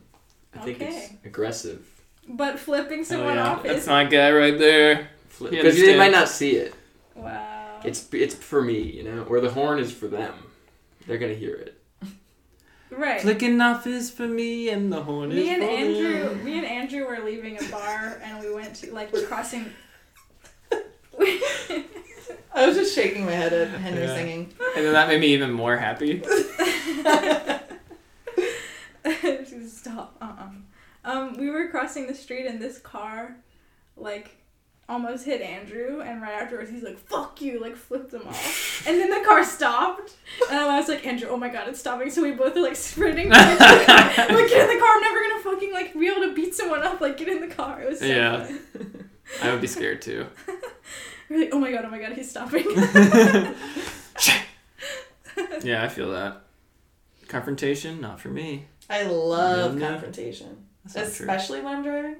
B: I think it's
C: Okay.
B: aggressive.
C: But flipping
A: Oh,
C: someone
A: yeah.
C: off
A: That's
C: is
A: my guy right there. He
B: Because they
A: understands.
B: might not see it.
C: wow.
B: It's it's for me, you know. Or the horn is for them. They're gonna hear it.
C: right.
A: Flicking off is for me, and the horn is
C: Me and
A: for
C: Andrew,
A: them.
C: me and Andrew were leaving a bar, and we went to like crossing. <laughs>
D: I was just shaking my head at Henry
A: Yeah.
D: singing.
A: And then that made me even more
C: <laughs>
A: happy.
C: Stop. Uh-uh. Um, we were crossing the street, and this car, like, almost hit Andrew, and right afterwards he's like, "Fuck you!" Like flipped him off, and then the car stopped, and I was like, "Andrew, oh my god, it's stopping!" So we both are like sprinting, towards the car. like get in the car. I'm never gonna fucking like be able to beat someone up. Like get in the car. It was so
A: Yeah.
C: fun.
A: I would be scared too.
C: We're like, oh my god, oh my god, he's stopping. <laughs>
A: Yeah, I feel that. Confrontation, not for me.
D: I love
A: Yeah.
D: confrontation,
A: That's not true.
D: especially when I'm driving.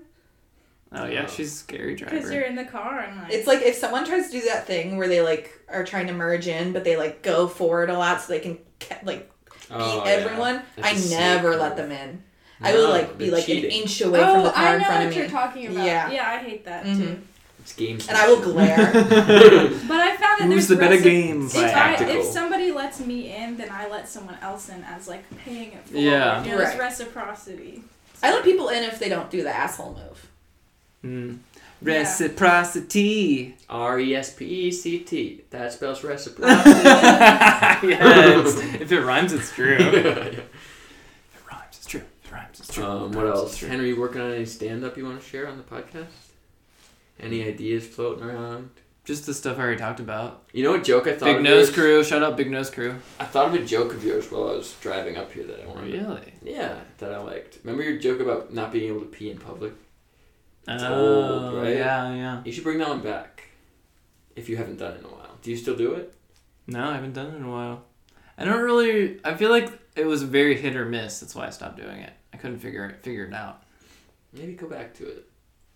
A: Oh yeah, she's a scary <laughs>
C: Because
A: driver.
C: you're in the car and like
D: It's like if someone tries to do that thing where they like are trying to merge in, but they like go forward a lot so they can ca- like beat
B: Oh,
D: everyone. I
B: That's a
D: never
B: sick
D: let
B: move.
D: them in. I will
B: No,
D: like be
B: they're
D: like
B: cheating.
D: an inch away from the car
C: Oh, I know
D: in front
C: what
D: of me,
C: you're talking about.
D: Yeah.
C: Yeah, I hate that
D: Mhm.
C: too.
B: It's games.
D: and I will glare.
C: But I found that
A: Who's
C: there's
A: the better
C: reci-
A: game?
C: If, I,
B: Tactical.
C: if somebody lets me in, then I let someone else in as like paying it forward.
A: Yeah.
C: you know, it's
D: Right.
C: reciprocity.
D: I let people in if they don't do the asshole move.
A: Hmm.
C: Yeah. <laughs>
A: Reciprocity.
B: <laughs>
A: <laughs>
B: R E S P E C T. That spells
D: reciprocity.
B: reciprocity.
D: <laughs>
A: yes. If it rhymes, it's true. <laughs> If it rhymes, it's true. If it rhymes, it's true.
B: <laughs> Um,
A: If it
B: what
A: rhymes,
B: else?
A: it's true.
B: Henry, you working on any stand up you want to share on the podcast? Any ideas floating around?
A: Just the stuff I already talked about.
B: You know what joke I thought
A: Big
B: of
A: Nose
B: yours?
A: Crew. Shout out Big Nose Crew.
B: I thought of a joke of yours while I was driving up here that I wanted.
A: Oh, Really?
B: Yeah, that I liked. Remember your joke about not being able to pee in public? It's
A: oh,
B: old, right?
A: yeah, yeah.
B: You should bring that one back. If you haven't done it in a while. Do you still do it?
A: No, I haven't done it in a while. I don't really. I feel like it was very hit or miss. That's why I stopped doing it. I couldn't figure it figure it
C: <laughs>
A: out. <laughs>
B: Maybe go back to it.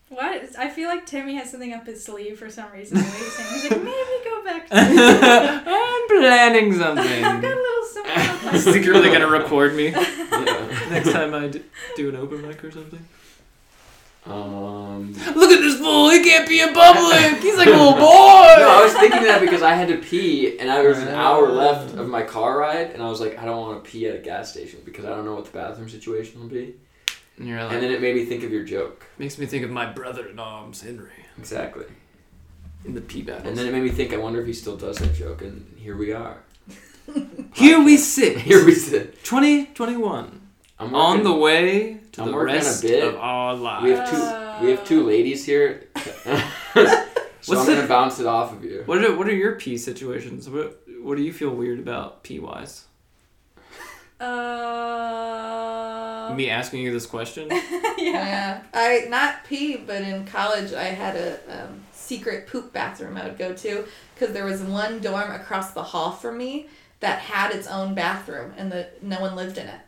C: What? Is- I feel like Timmy has something up his sleeve for some reason. the way he's saying- He's like, maybe go back.
A: <laughs>
C: <laughs> to
A: I'm planning
C: I've got
A: something.
C: a little something up
A: <laughs>
C: my
A: Is he really gonna record me
B: Yeah.
A: next time I d- do an open mic or something?
B: Um,
A: Look at this fool. He can't be in public. He's like a little boy.
B: No, I was
A: <laughs>
B: thinking that because I had to pee, and I there was an hour
A: Ah.
B: left of my car ride, and I was like, I don't want to pee at a gas station because I don't know what the bathroom situation will be.
A: and you're like,
B: And then it made me think of your joke.
A: makes me think of my brother in arms, Henry,
B: Exactly.
A: in the pee battles.
B: And then it made me think, I wonder if he still does that joke, and here we are. <laughs>
A: here we sit.
B: Here we sit.
A: 2021.
B: I'm
A: On
B: working-
A: the way to
B: I'm
A: the
B: working on a
A: rest
B: bit.
A: of our lives.
B: We have two. We have two ladies here. <laughs> So
A: What's
B: I'm
A: the-
B: gonna bounce it off of you.
A: What are what are your pee situations? What what do you feel weird about pee wise?
C: <laughs> Uh,
A: Me asking you this <laughs> question?
C: <laughs> yeah.
D: Yeah. I not pee, but in college I had a um, secret poop bathroom I would go to because there was one dorm across the hall from me that had its own bathroom and the no one lived in it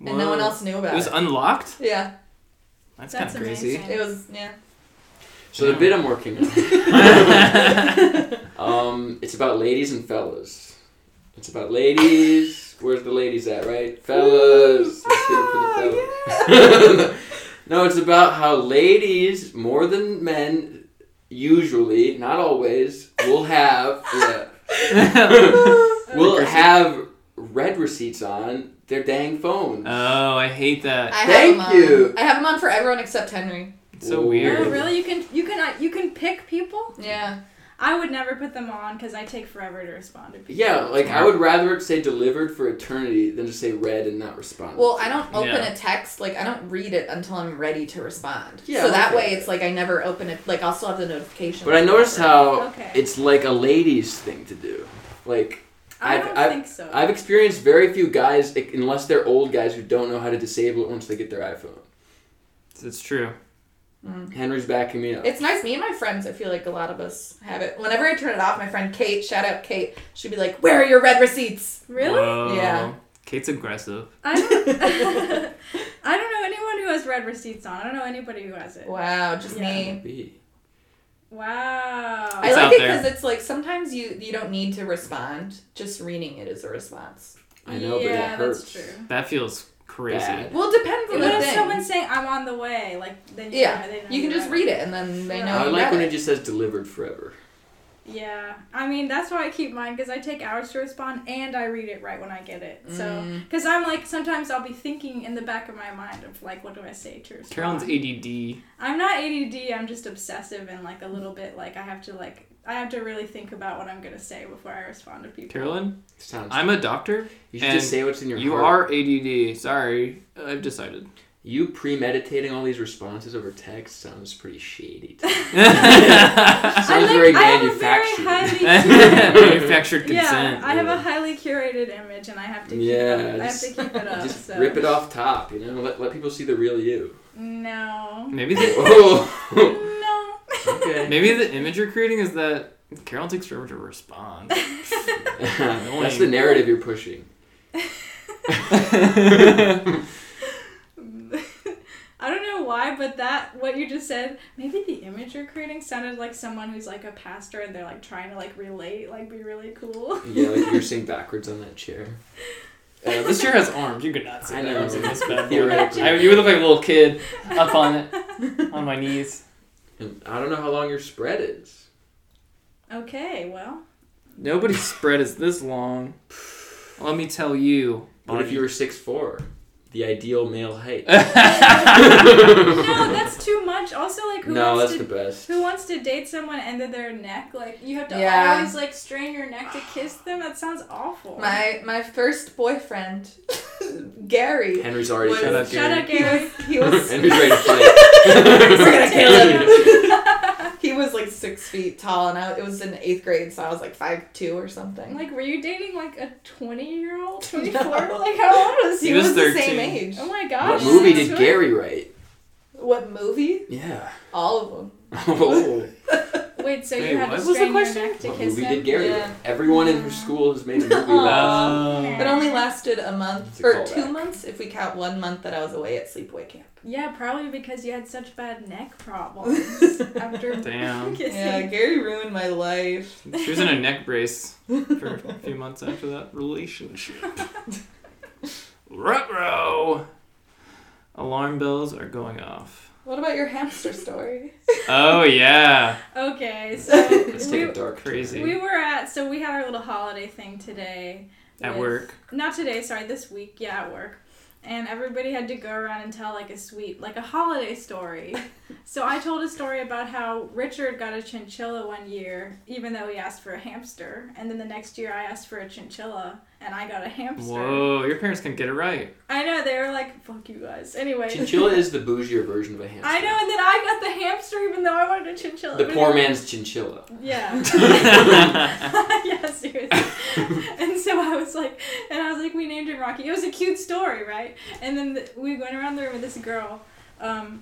D: and no one
A: Whoa.
D: else knew about
A: It
D: it.
A: was unlocked.
D: yeah,
A: That's,
C: That's
A: kind of crazy.
C: amazing.
D: it was
A: <laughs>
D: yeah.
B: So the bit I'm working on, um, it's about ladies and fellas. It's about ladies. Where's the ladies at, right? Fellas. Let's do it
A: <laughs>
B: for the fellas.
D: Ah,
B: <laughs> no, it's about how ladies, more than men, usually, not always, will have yeah, <laughs> will
A: Receipt.
B: have red receipts on their dang phones.
A: <laughs> oh, I hate
D: <laughs> I
A: that.
D: have
B: Thank
D: them on.
B: you.
D: I have them on for everyone except Henry.
A: It's so
B: Ooh.
A: weird.
C: Oh, really? You can you can uh, you can pick people?
D: Yeah.
C: I would never put them on because I take forever to respond to people.
B: yeah, like I would rather it say delivered for eternity than to say read and not respond.
D: Well, I don't open
A: Yeah.
D: a text like I don't read it until I'm ready to respond.
B: Yeah,
D: so that
B: okay.
D: way it's like I never open it. Like I'll still have the notification.
B: But I noticed how
C: Okay.
B: it's like a lady's thing to do. Like
C: I
B: I've-
C: don't
B: I've-
C: think so.
B: I've experienced very few guys, i- unless they're old guys who don't know how to disable it once they get their iPhone.
A: It's true.
B: Henry's backing me up.
D: It's nice. Me and my friends, I feel like a lot of us have it. Whenever I turn it off, my friend Kate, shout out Kate, she'd be like, Where are your red receipts?
C: really?
A: Whoa.
D: Yeah.
A: Kate's aggressive.
C: I don't,
D: <laughs>
C: <laughs> I don't know anyone who has red receipts on. I don't know anybody who has it.
D: Wow, just me.
B: Be.
C: Wow.
D: I
A: It's
D: like
A: out
D: it
A: there.
D: because it's like sometimes you you don't need to respond. Just reading it is a response.
B: I know, but
C: yeah,
B: it hurts.
C: that's true.
A: That feels crazy.
B: Bad.
D: Well, it depends on
C: What
D: the
C: if
D: thing.
C: someone's saying I'm on the way? Like then you
D: Yeah,
C: know, they know
D: you can
C: you're
D: just
C: right.
D: read it and then they
C: Yeah.
D: know
B: I
D: you
B: like
D: read
B: when
D: it.
B: it just says delivered forever.
C: Yeah, I mean that's why I keep mine because I take hours to respond and I read it right when I get it. So
D: Mm.
C: because I'm like sometimes I'll be thinking in the back of my mind of like what do I say to respond.
A: Carolyn's ADD.
C: I'm not ADD. I'm just obsessive and like a little bit like I have to like I have to really think about what I'm gonna say before I respond to people.
A: Carolyn,
B: Sounds.
A: I'm a doctor.
B: you should
A: and
B: just say what's in your
A: You
B: heart.
A: are ADD. Sorry, I've decided. <laughs>
B: You premeditating all these responses over text sounds pretty
C: <laughs>
B: shady. To me.
C: <laughs> <laughs> I
B: <laughs> Sounds
C: like,
B: very
C: I have a very
B: manufactured. <laughs>
C: highly
A: Manufactured
C: yeah,
A: consent.
C: I have a highly curated image and I have to keep it
B: Yeah,
C: up. I have to
B: just-
C: keep it up.
B: just
C: so.
B: rip it off top, you know. Let, let people see the real
C: <laughs>
B: you. <laughs>
C: No.
A: Maybe the
B: Oh,
C: No.
B: okay.
A: maybe the image you're creating is that Carolyn takes forever to
C: <laughs>
A: respond.
B: That's the narrative
A: <laughs>
B: you're pushing.
C: <laughs> I don't know why, but that what you just said, maybe the image you're creating sounded like someone who's like a pastor and they're like trying to like relate, like be really cool. <laughs>
B: Yeah, like you're sitting backwards on that chair.
C: <laughs>
A: Uh, this chair has arms. You could not sit
B: I
A: in
B: know.
A: arms in this bad boy.
B: Theoretically.
A: I, you would look like a little kid up on it, on my knees.
B: And I don't know how long your spread is.
C: Okay, well,
B: <laughs>
A: Nobody's spread is this long. Let me tell you.
B: What if you
A: <laughs>
B: were six four? The ideal male height.
C: no,
B: <laughs>
C: that's too much. Also, like who
B: no,
C: wants
B: that's
C: to
B: the best.
C: who wants to date someone and then their neck? Like you have to
D: Yeah.
C: always like strain your neck to kiss them. That sounds awful.
D: My my first boyfriend, <laughs> Gary.
B: Henry's already
D: What-
B: shut up.
C: Shut up,
D: He
C: Gary.
B: <laughs>
C: <laughs>
D: was, <laughs> he was
B: Henry's ready to play.
D: We're gonna kill him. he was like six feet tall, and I, it was in eighth grade, so I was like five two or something.
C: like, were you dating like a twenty year
D: <laughs>
C: old, twenty four?
D: No.
C: Like how old was
D: he,
A: He
D: was,
A: was
D: the same
A: 13.
D: age.
C: Oh my gosh.
B: What movie
C: that's
B: did
C: right.
B: Gary write?
D: What movie?
B: Yeah.
D: All of them.
B: Oh.
C: Wait, so
A: Hey,
C: you had
A: what was
C: to
A: the
C: strain your
A: question?
C: neck to
B: What
C: kiss
B: movie
C: them?
B: did Gary
D: Yeah.
B: write? Everyone in her school has made a movie about this.
A: Oh.
D: It only lasted a month
B: It's a
D: or
B: callback.
D: two months if we count one month that I was away at sleepaway camp.
C: Yeah, probably because you had such bad neck
D: <laughs>
C: problems after
A: Damn.
C: <laughs> kissing.
D: Yeah, Gary ruined my life.
A: She was in a neck brace for a few months after that relationship. Ruh-roh. Alarm bells are going off.
D: What about your hamster story?
A: Oh yeah.
D: <laughs>
C: Okay, so
B: Let's take
C: we,
B: a dark turn.
A: Crazy.
C: we were at so we had our little holiday thing today.
A: At
C: with-
A: work.
C: Not today, sorry, this week. Yeah, at work. And everybody had to go around and tell like a sweet, like a
B: <laughs>
C: holiday story. so I told a story about how Richard got a chinchilla one year, even though he asked for a hamster. And then the next year I asked for a chinchilla. and I got a hamster.
A: Whoa, your parents can get it right.
C: I know they were like, "Fuck you guys." Anyway,
B: Chinchilla is the bougier version of a hamster.
C: <laughs> I know, and then I got the hamster, even though I wanted a chinchilla.
B: The
C: But
B: poor
C: anyway-
B: man's chinchilla.
C: Yeah. <laughs> yeah, seriously. and so I was like, and I was like, we named him Rocky. It was a cute story, right? And then th we went around the room with this girl, um,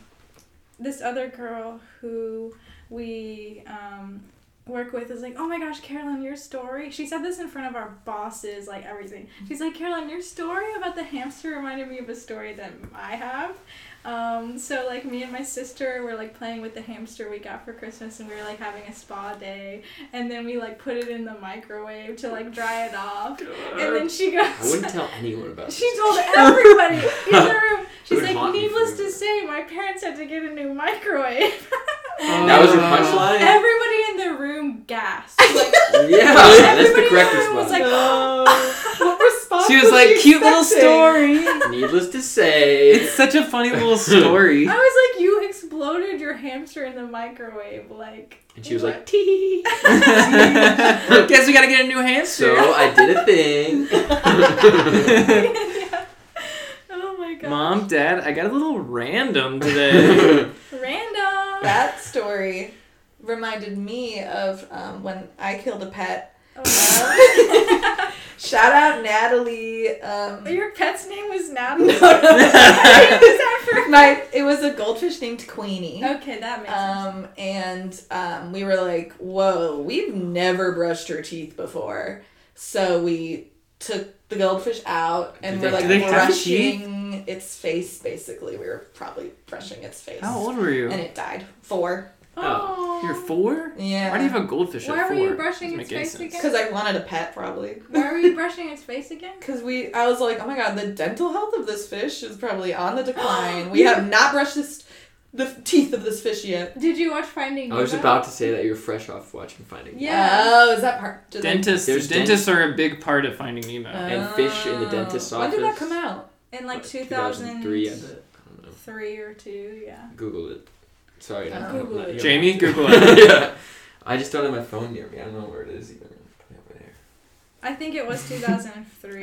C: this other girl who we um, work with is like, oh my gosh, Carolyn, your story. She said this in front of our bosses, like everything. She's like, Carolyn, your story about the hamster reminded me of a story that I have. Um, so like me and my sister were like playing with the hamster we got for Christmas and we were like having a spa day and then we like put it in the microwave to like dry it off. And then she goes
B: <laughs> I wouldn't tell anyone about this.
C: <laughs> She told everybody in the room. She's
B: would
C: like,
B: haunt me
C: needless to
B: forever."
C: say, my parents had to get a new microwave.
A: Oh,
B: That was your punchline?
C: Everybody in the room gasped. Like,
B: yeah, that's the
C: everybody
B: correct
C: in the room was
B: response.
C: like,
D: what response? <gasps>
A: She was
D: was
A: like,
D: she
A: cute little
D: expecting?"
A: story.
B: Needless to say,
A: It's such a funny
B: <laughs>
A: little story.
C: I was like, you exploded your hamster in the microwave. Like, Oh
B: and she was
C: <laughs>
B: like,
C: tee.
A: <laughs> Guess we gotta get a new
B: "So
A: hamster.
B: I did a <laughs> thing."
C: Oh my
A: <laughs>
C: god.
A: Mom, Dad, I got a little random today.
C: <laughs> Random.
D: That story reminded me of um, when I killed a pet.
C: Oh,
D: Shout out Natalie. Um,
C: no. Your pet's name was Natalie. <laughs>
D: my it was a goldfish named Queenie.
C: okay, that makes sense.
D: Um, and um, we were like, whoa, we've never brushed her teeth before. So we took the goldfish out and
B: Did
D: we're
B: they-
D: like
A: did they have
D: brushing its face, basically. We were probably brushing its face.
A: How old were
D: And
A: you?
D: it died. Four.
C: oh.
A: You're four?
D: Yeah.
A: Why do you have a goldfish
C: Why
A: at
C: were
A: four?
C: you brushing
A: Doesn't
C: its
A: make any
C: face
A: sense.
C: again?
D: Because I wanted a pet, probably.
C: Why were you brushing its face again?
D: Because we, I was like, oh my god, the dental health of this fish is probably on the
A: <gasps>
D: decline. We have not brushed this, the teeth of this fish yet.
C: Did you watch Finding
B: I
C: Nemo?
B: was about to say that you're fresh off watching Finding Nemo.
C: Yeah.
D: Oh, is that part? did they-
A: Dentists,
B: There's
A: dentists are a big part of Finding Nemo.
C: Uh,
B: And fish in the
D: Oh.
B: dentist's
D: When did that
B: office.
D: come out?
C: In like
B: 2003, I
C: 2003
B: bet. I don't know.
C: or 2, yeah.
B: Google it. Sorry,
D: Uh,
B: not,
C: Google
B: not
C: it.
A: Jamie,
C: <laughs>
A: Google it.
B: <laughs> yeah. I just don't have my phone near me. I don't know where it is even. Put it over there.
C: I think it was 2003.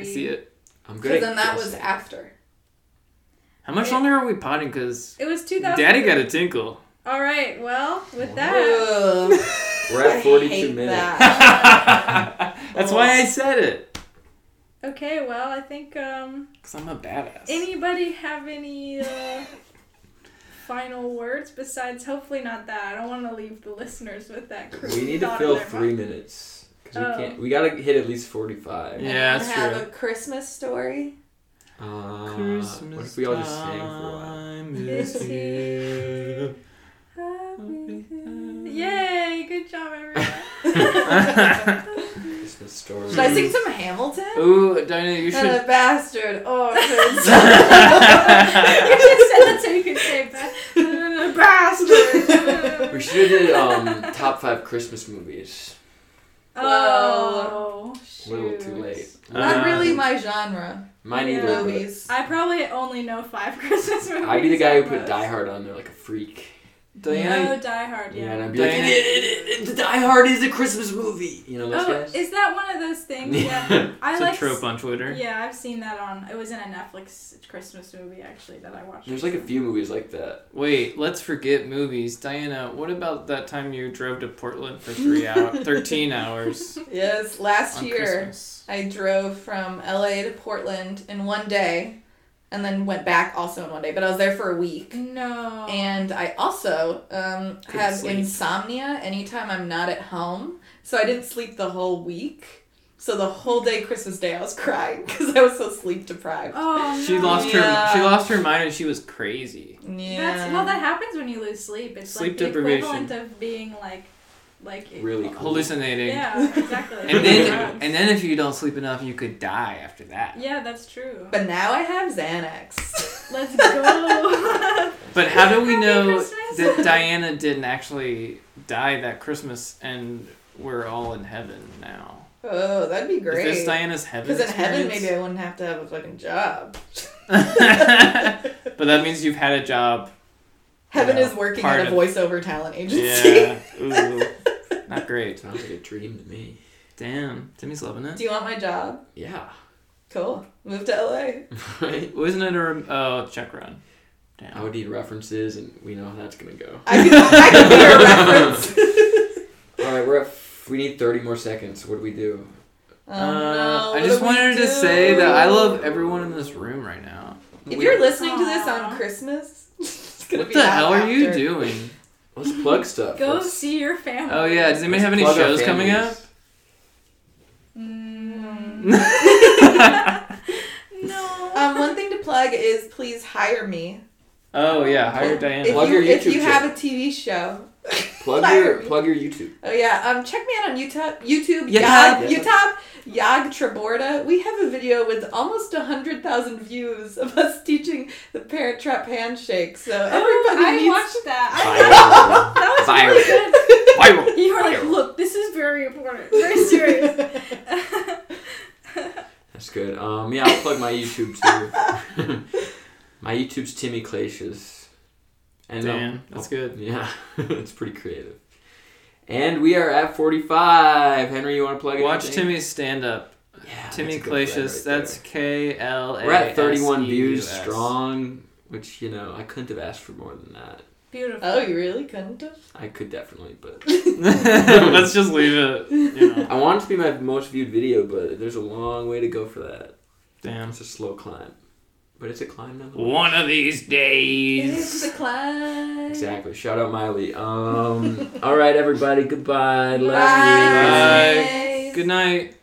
A: <laughs> I see it.
B: I'm good.
D: Because
B: at
D: then that was <laughs>
B: guessing.
D: after.
A: How much
C: It-
A: longer are we potting? Because
C: It was 2000.
A: Daddy got a tinkle.
C: <laughs> All right, well, with that.
D: Ugh.
B: We're at
D: I
B: 42
D: hate
B: minutes.
D: that.
B: <laughs>
A: That's why I said it.
C: Okay, well, I think um
A: Because I'm a badass.
C: anybody have any uh, final words besides hopefully not that. I don't want to leave the listeners with that creepy
B: We need to
C: thought in
B: fill
C: their
B: three
C: mind.
B: minutes. 'Cause
C: Oh.
B: we can't. We gotta hit at least 45.
A: Yeah,
D: Anyone
A: that's
D: have
A: true.
D: a Christmas story.
B: Uh, what if we all just sang for a while?
A: time <laughs>
C: is here. Yay, good
B: <laughs>
C: job everyone.
B: Christmas story.
D: Should I sing some Hamilton?
A: Ooh, Diana, you
D: What
A: Oh, should.
D: a bastard Oh, <laughs>
B: <laughs>
D: orphans. <laughs>
C: you just said that so you could say ba- bastard.
B: <laughs>
C: <laughs>
B: We should have did um, top five Christmas movies.
C: Oh,
B: A little too
C: shoot.
B: late.
D: Not
A: Uh,
D: really my genre.
B: Mine
C: Yeah.
B: either. but
D: Movies.
C: I probably only know five Christmas movies.
B: I'd be the guy who put
D: <laughs>
C: almost.
B: Die Hard on there like a freak.
A: Diana,
C: Oh, Die Hard.
B: Yeah,
C: Yeah.
B: and I'd be
A: Dang
B: like,
A: it.
B: "Eh, eh, eh, Die Hard is a Christmas movie. You know those
C: oh,
B: guys?
C: is that one of those things?
B: <laughs>
C: Yeah, I
A: it's
C: like.
A: a trope on Twitter.
C: Yeah, I've seen that on. It was in a Netflix Christmas movie actually that I watched.
B: There's like a few movies like that.
A: Wait, let's forget movies. Diana, what about that time you drove to Portland for
C: <laughs>
A: three hours, thirteen hours
D: Yes, last
A: on
D: year
A: Christmas?
D: I drove from LA to Portland in one day and then went back also in one day, but I was there for a week.
C: No.
D: And I also um,
A: Couldn't
D: have
A: sleep.
D: insomnia anytime I'm not at home. So I didn't sleep the whole week. So the whole day Christmas Day I was crying <laughs> because I was so sleep deprived.
C: oh no.
A: She lost
D: Yeah.
A: her. She lost her mind, and she was crazy.
D: Yeah.
C: That's well, that happens when you lose sleep. It's
A: Sleep
C: like the
A: deprivation.
C: equivalent of being like, like.
B: Really cool.
A: Hallucinating.
C: Yeah, exactly.
A: <laughs> And
C: <laughs>
A: then, and then if you don't sleep enough, you could die after that.
C: Yeah, that's true.
D: but now I have Xanax.
C: Let's go. <laughs>
A: But how do we
C: Happy
A: know
C: Christmas. <laughs>
A: that Diana didn't actually die that Christmas and we're all in heaven now?
D: <laughs> oh, that'd be great.
A: Is this Diana's heaven?
D: Because in heaven,
A: experience?
D: maybe I wouldn't have to have a fucking job.
A: <laughs> but that means you've had a
B: <laughs>
A: job.
D: Heaven
A: Yeah,
D: is working
A: part
D: at a
A: of-
D: voiceover talent agency. <laughs>
A: Yeah. Ooh. Not great.
B: Sounds like a dream to me.
A: Damn. Timmy's loving it.
D: Do you want my job?
B: Yeah. <laughs>
D: Cool. Move to LA.
B: right?
A: Wasn't it a rem- oh check run? Damn.
B: I would need references, and we know how that's gonna go.
D: I could, I could
A: <laughs>
D: be a reference. <laughs>
B: All right, we're at. f- We need thirty more seconds. What do we do?
D: Oh,
A: Uh, I
D: no, what
A: just
D: do we
A: wanted
D: do?
A: to say that I love everyone in this room right now.
D: If
A: We-
D: you're listening to this on
C: Aw.
D: Christmas, <laughs> it's gonna
A: what
D: be
A: the
D: out
A: hell are you
D: after.
A: doing?
B: Let's plug stuff.
C: Go
B: Let's-
C: see your family.
A: Oh yeah, does anybody
B: let's
A: have any
B: plug our
A: shows coming up?
B: families.
C: Mm,
A: <laughs> oh
C: no.
D: Um, one thing to plug is please hire me.
A: Oh, yeah, hire
D: If-
A: Diana.
D: If
B: Plug
D: you,
B: your
D: if
B: YouTube
D: you have a
B: channel.
D: TV show. <laughs>
B: Plug
D: hire
B: your
D: me.
B: plug your
C: <laughs>
B: YouTube.
D: Oh yeah, um, check me out on YouTube. YouTube,
A: Yeah.
D: Yag, YouTube, Yag Traborda. We have a video with almost hundred thousand views of us <laughs> teaching the Parent Trap handshake. So everybody
C: I
D: needs.
C: watched that.
B: Viral.
C: I, that
B: Viral.
C: was really
A: <laughs>
B: Viral.
C: good. <laughs> You were like, look, this is very important, very
A: <laughs>
C: serious.
B: That's good. Um, yeah, I'll plug my YouTube too.
C: <laughs>
B: <laughs> my YouTube's Timmy Clashes. And um, I'll-
A: Damn, that's good.
B: Yeah, <laughs> it's pretty creative. And we are at 45. Henry, you want to plug
A: Watch
B: anything?
A: Timmy's stand up.
B: Yeah,
A: Timmy
B: Ah, that's a good plug
A: Clashes.
B: right
A: that's
B: there.
A: K L A.
B: We're at 31
A: S E U
B: views
A: S.
B: strong, which, you know, I couldn't have asked for more than that.
C: Beautiful.
D: <laughs> Oh, you really couldn't have.
B: I could definitely, but.
A: <laughs> Let's just leave it. You
B: <laughs>
A: know.
B: I want it to be my most viewed video, but there's a long way to go for that.
A: Damn.
B: It's a slow climb. But it's a climb nonetheless.
A: One of these
D: It's
A: days.
D: the climb.
B: Exactly. Shout out Miley. <laughs> Um, all right, everybody. Goodbye. Love you.
A: Bye.
D: Bye.
A: Good night.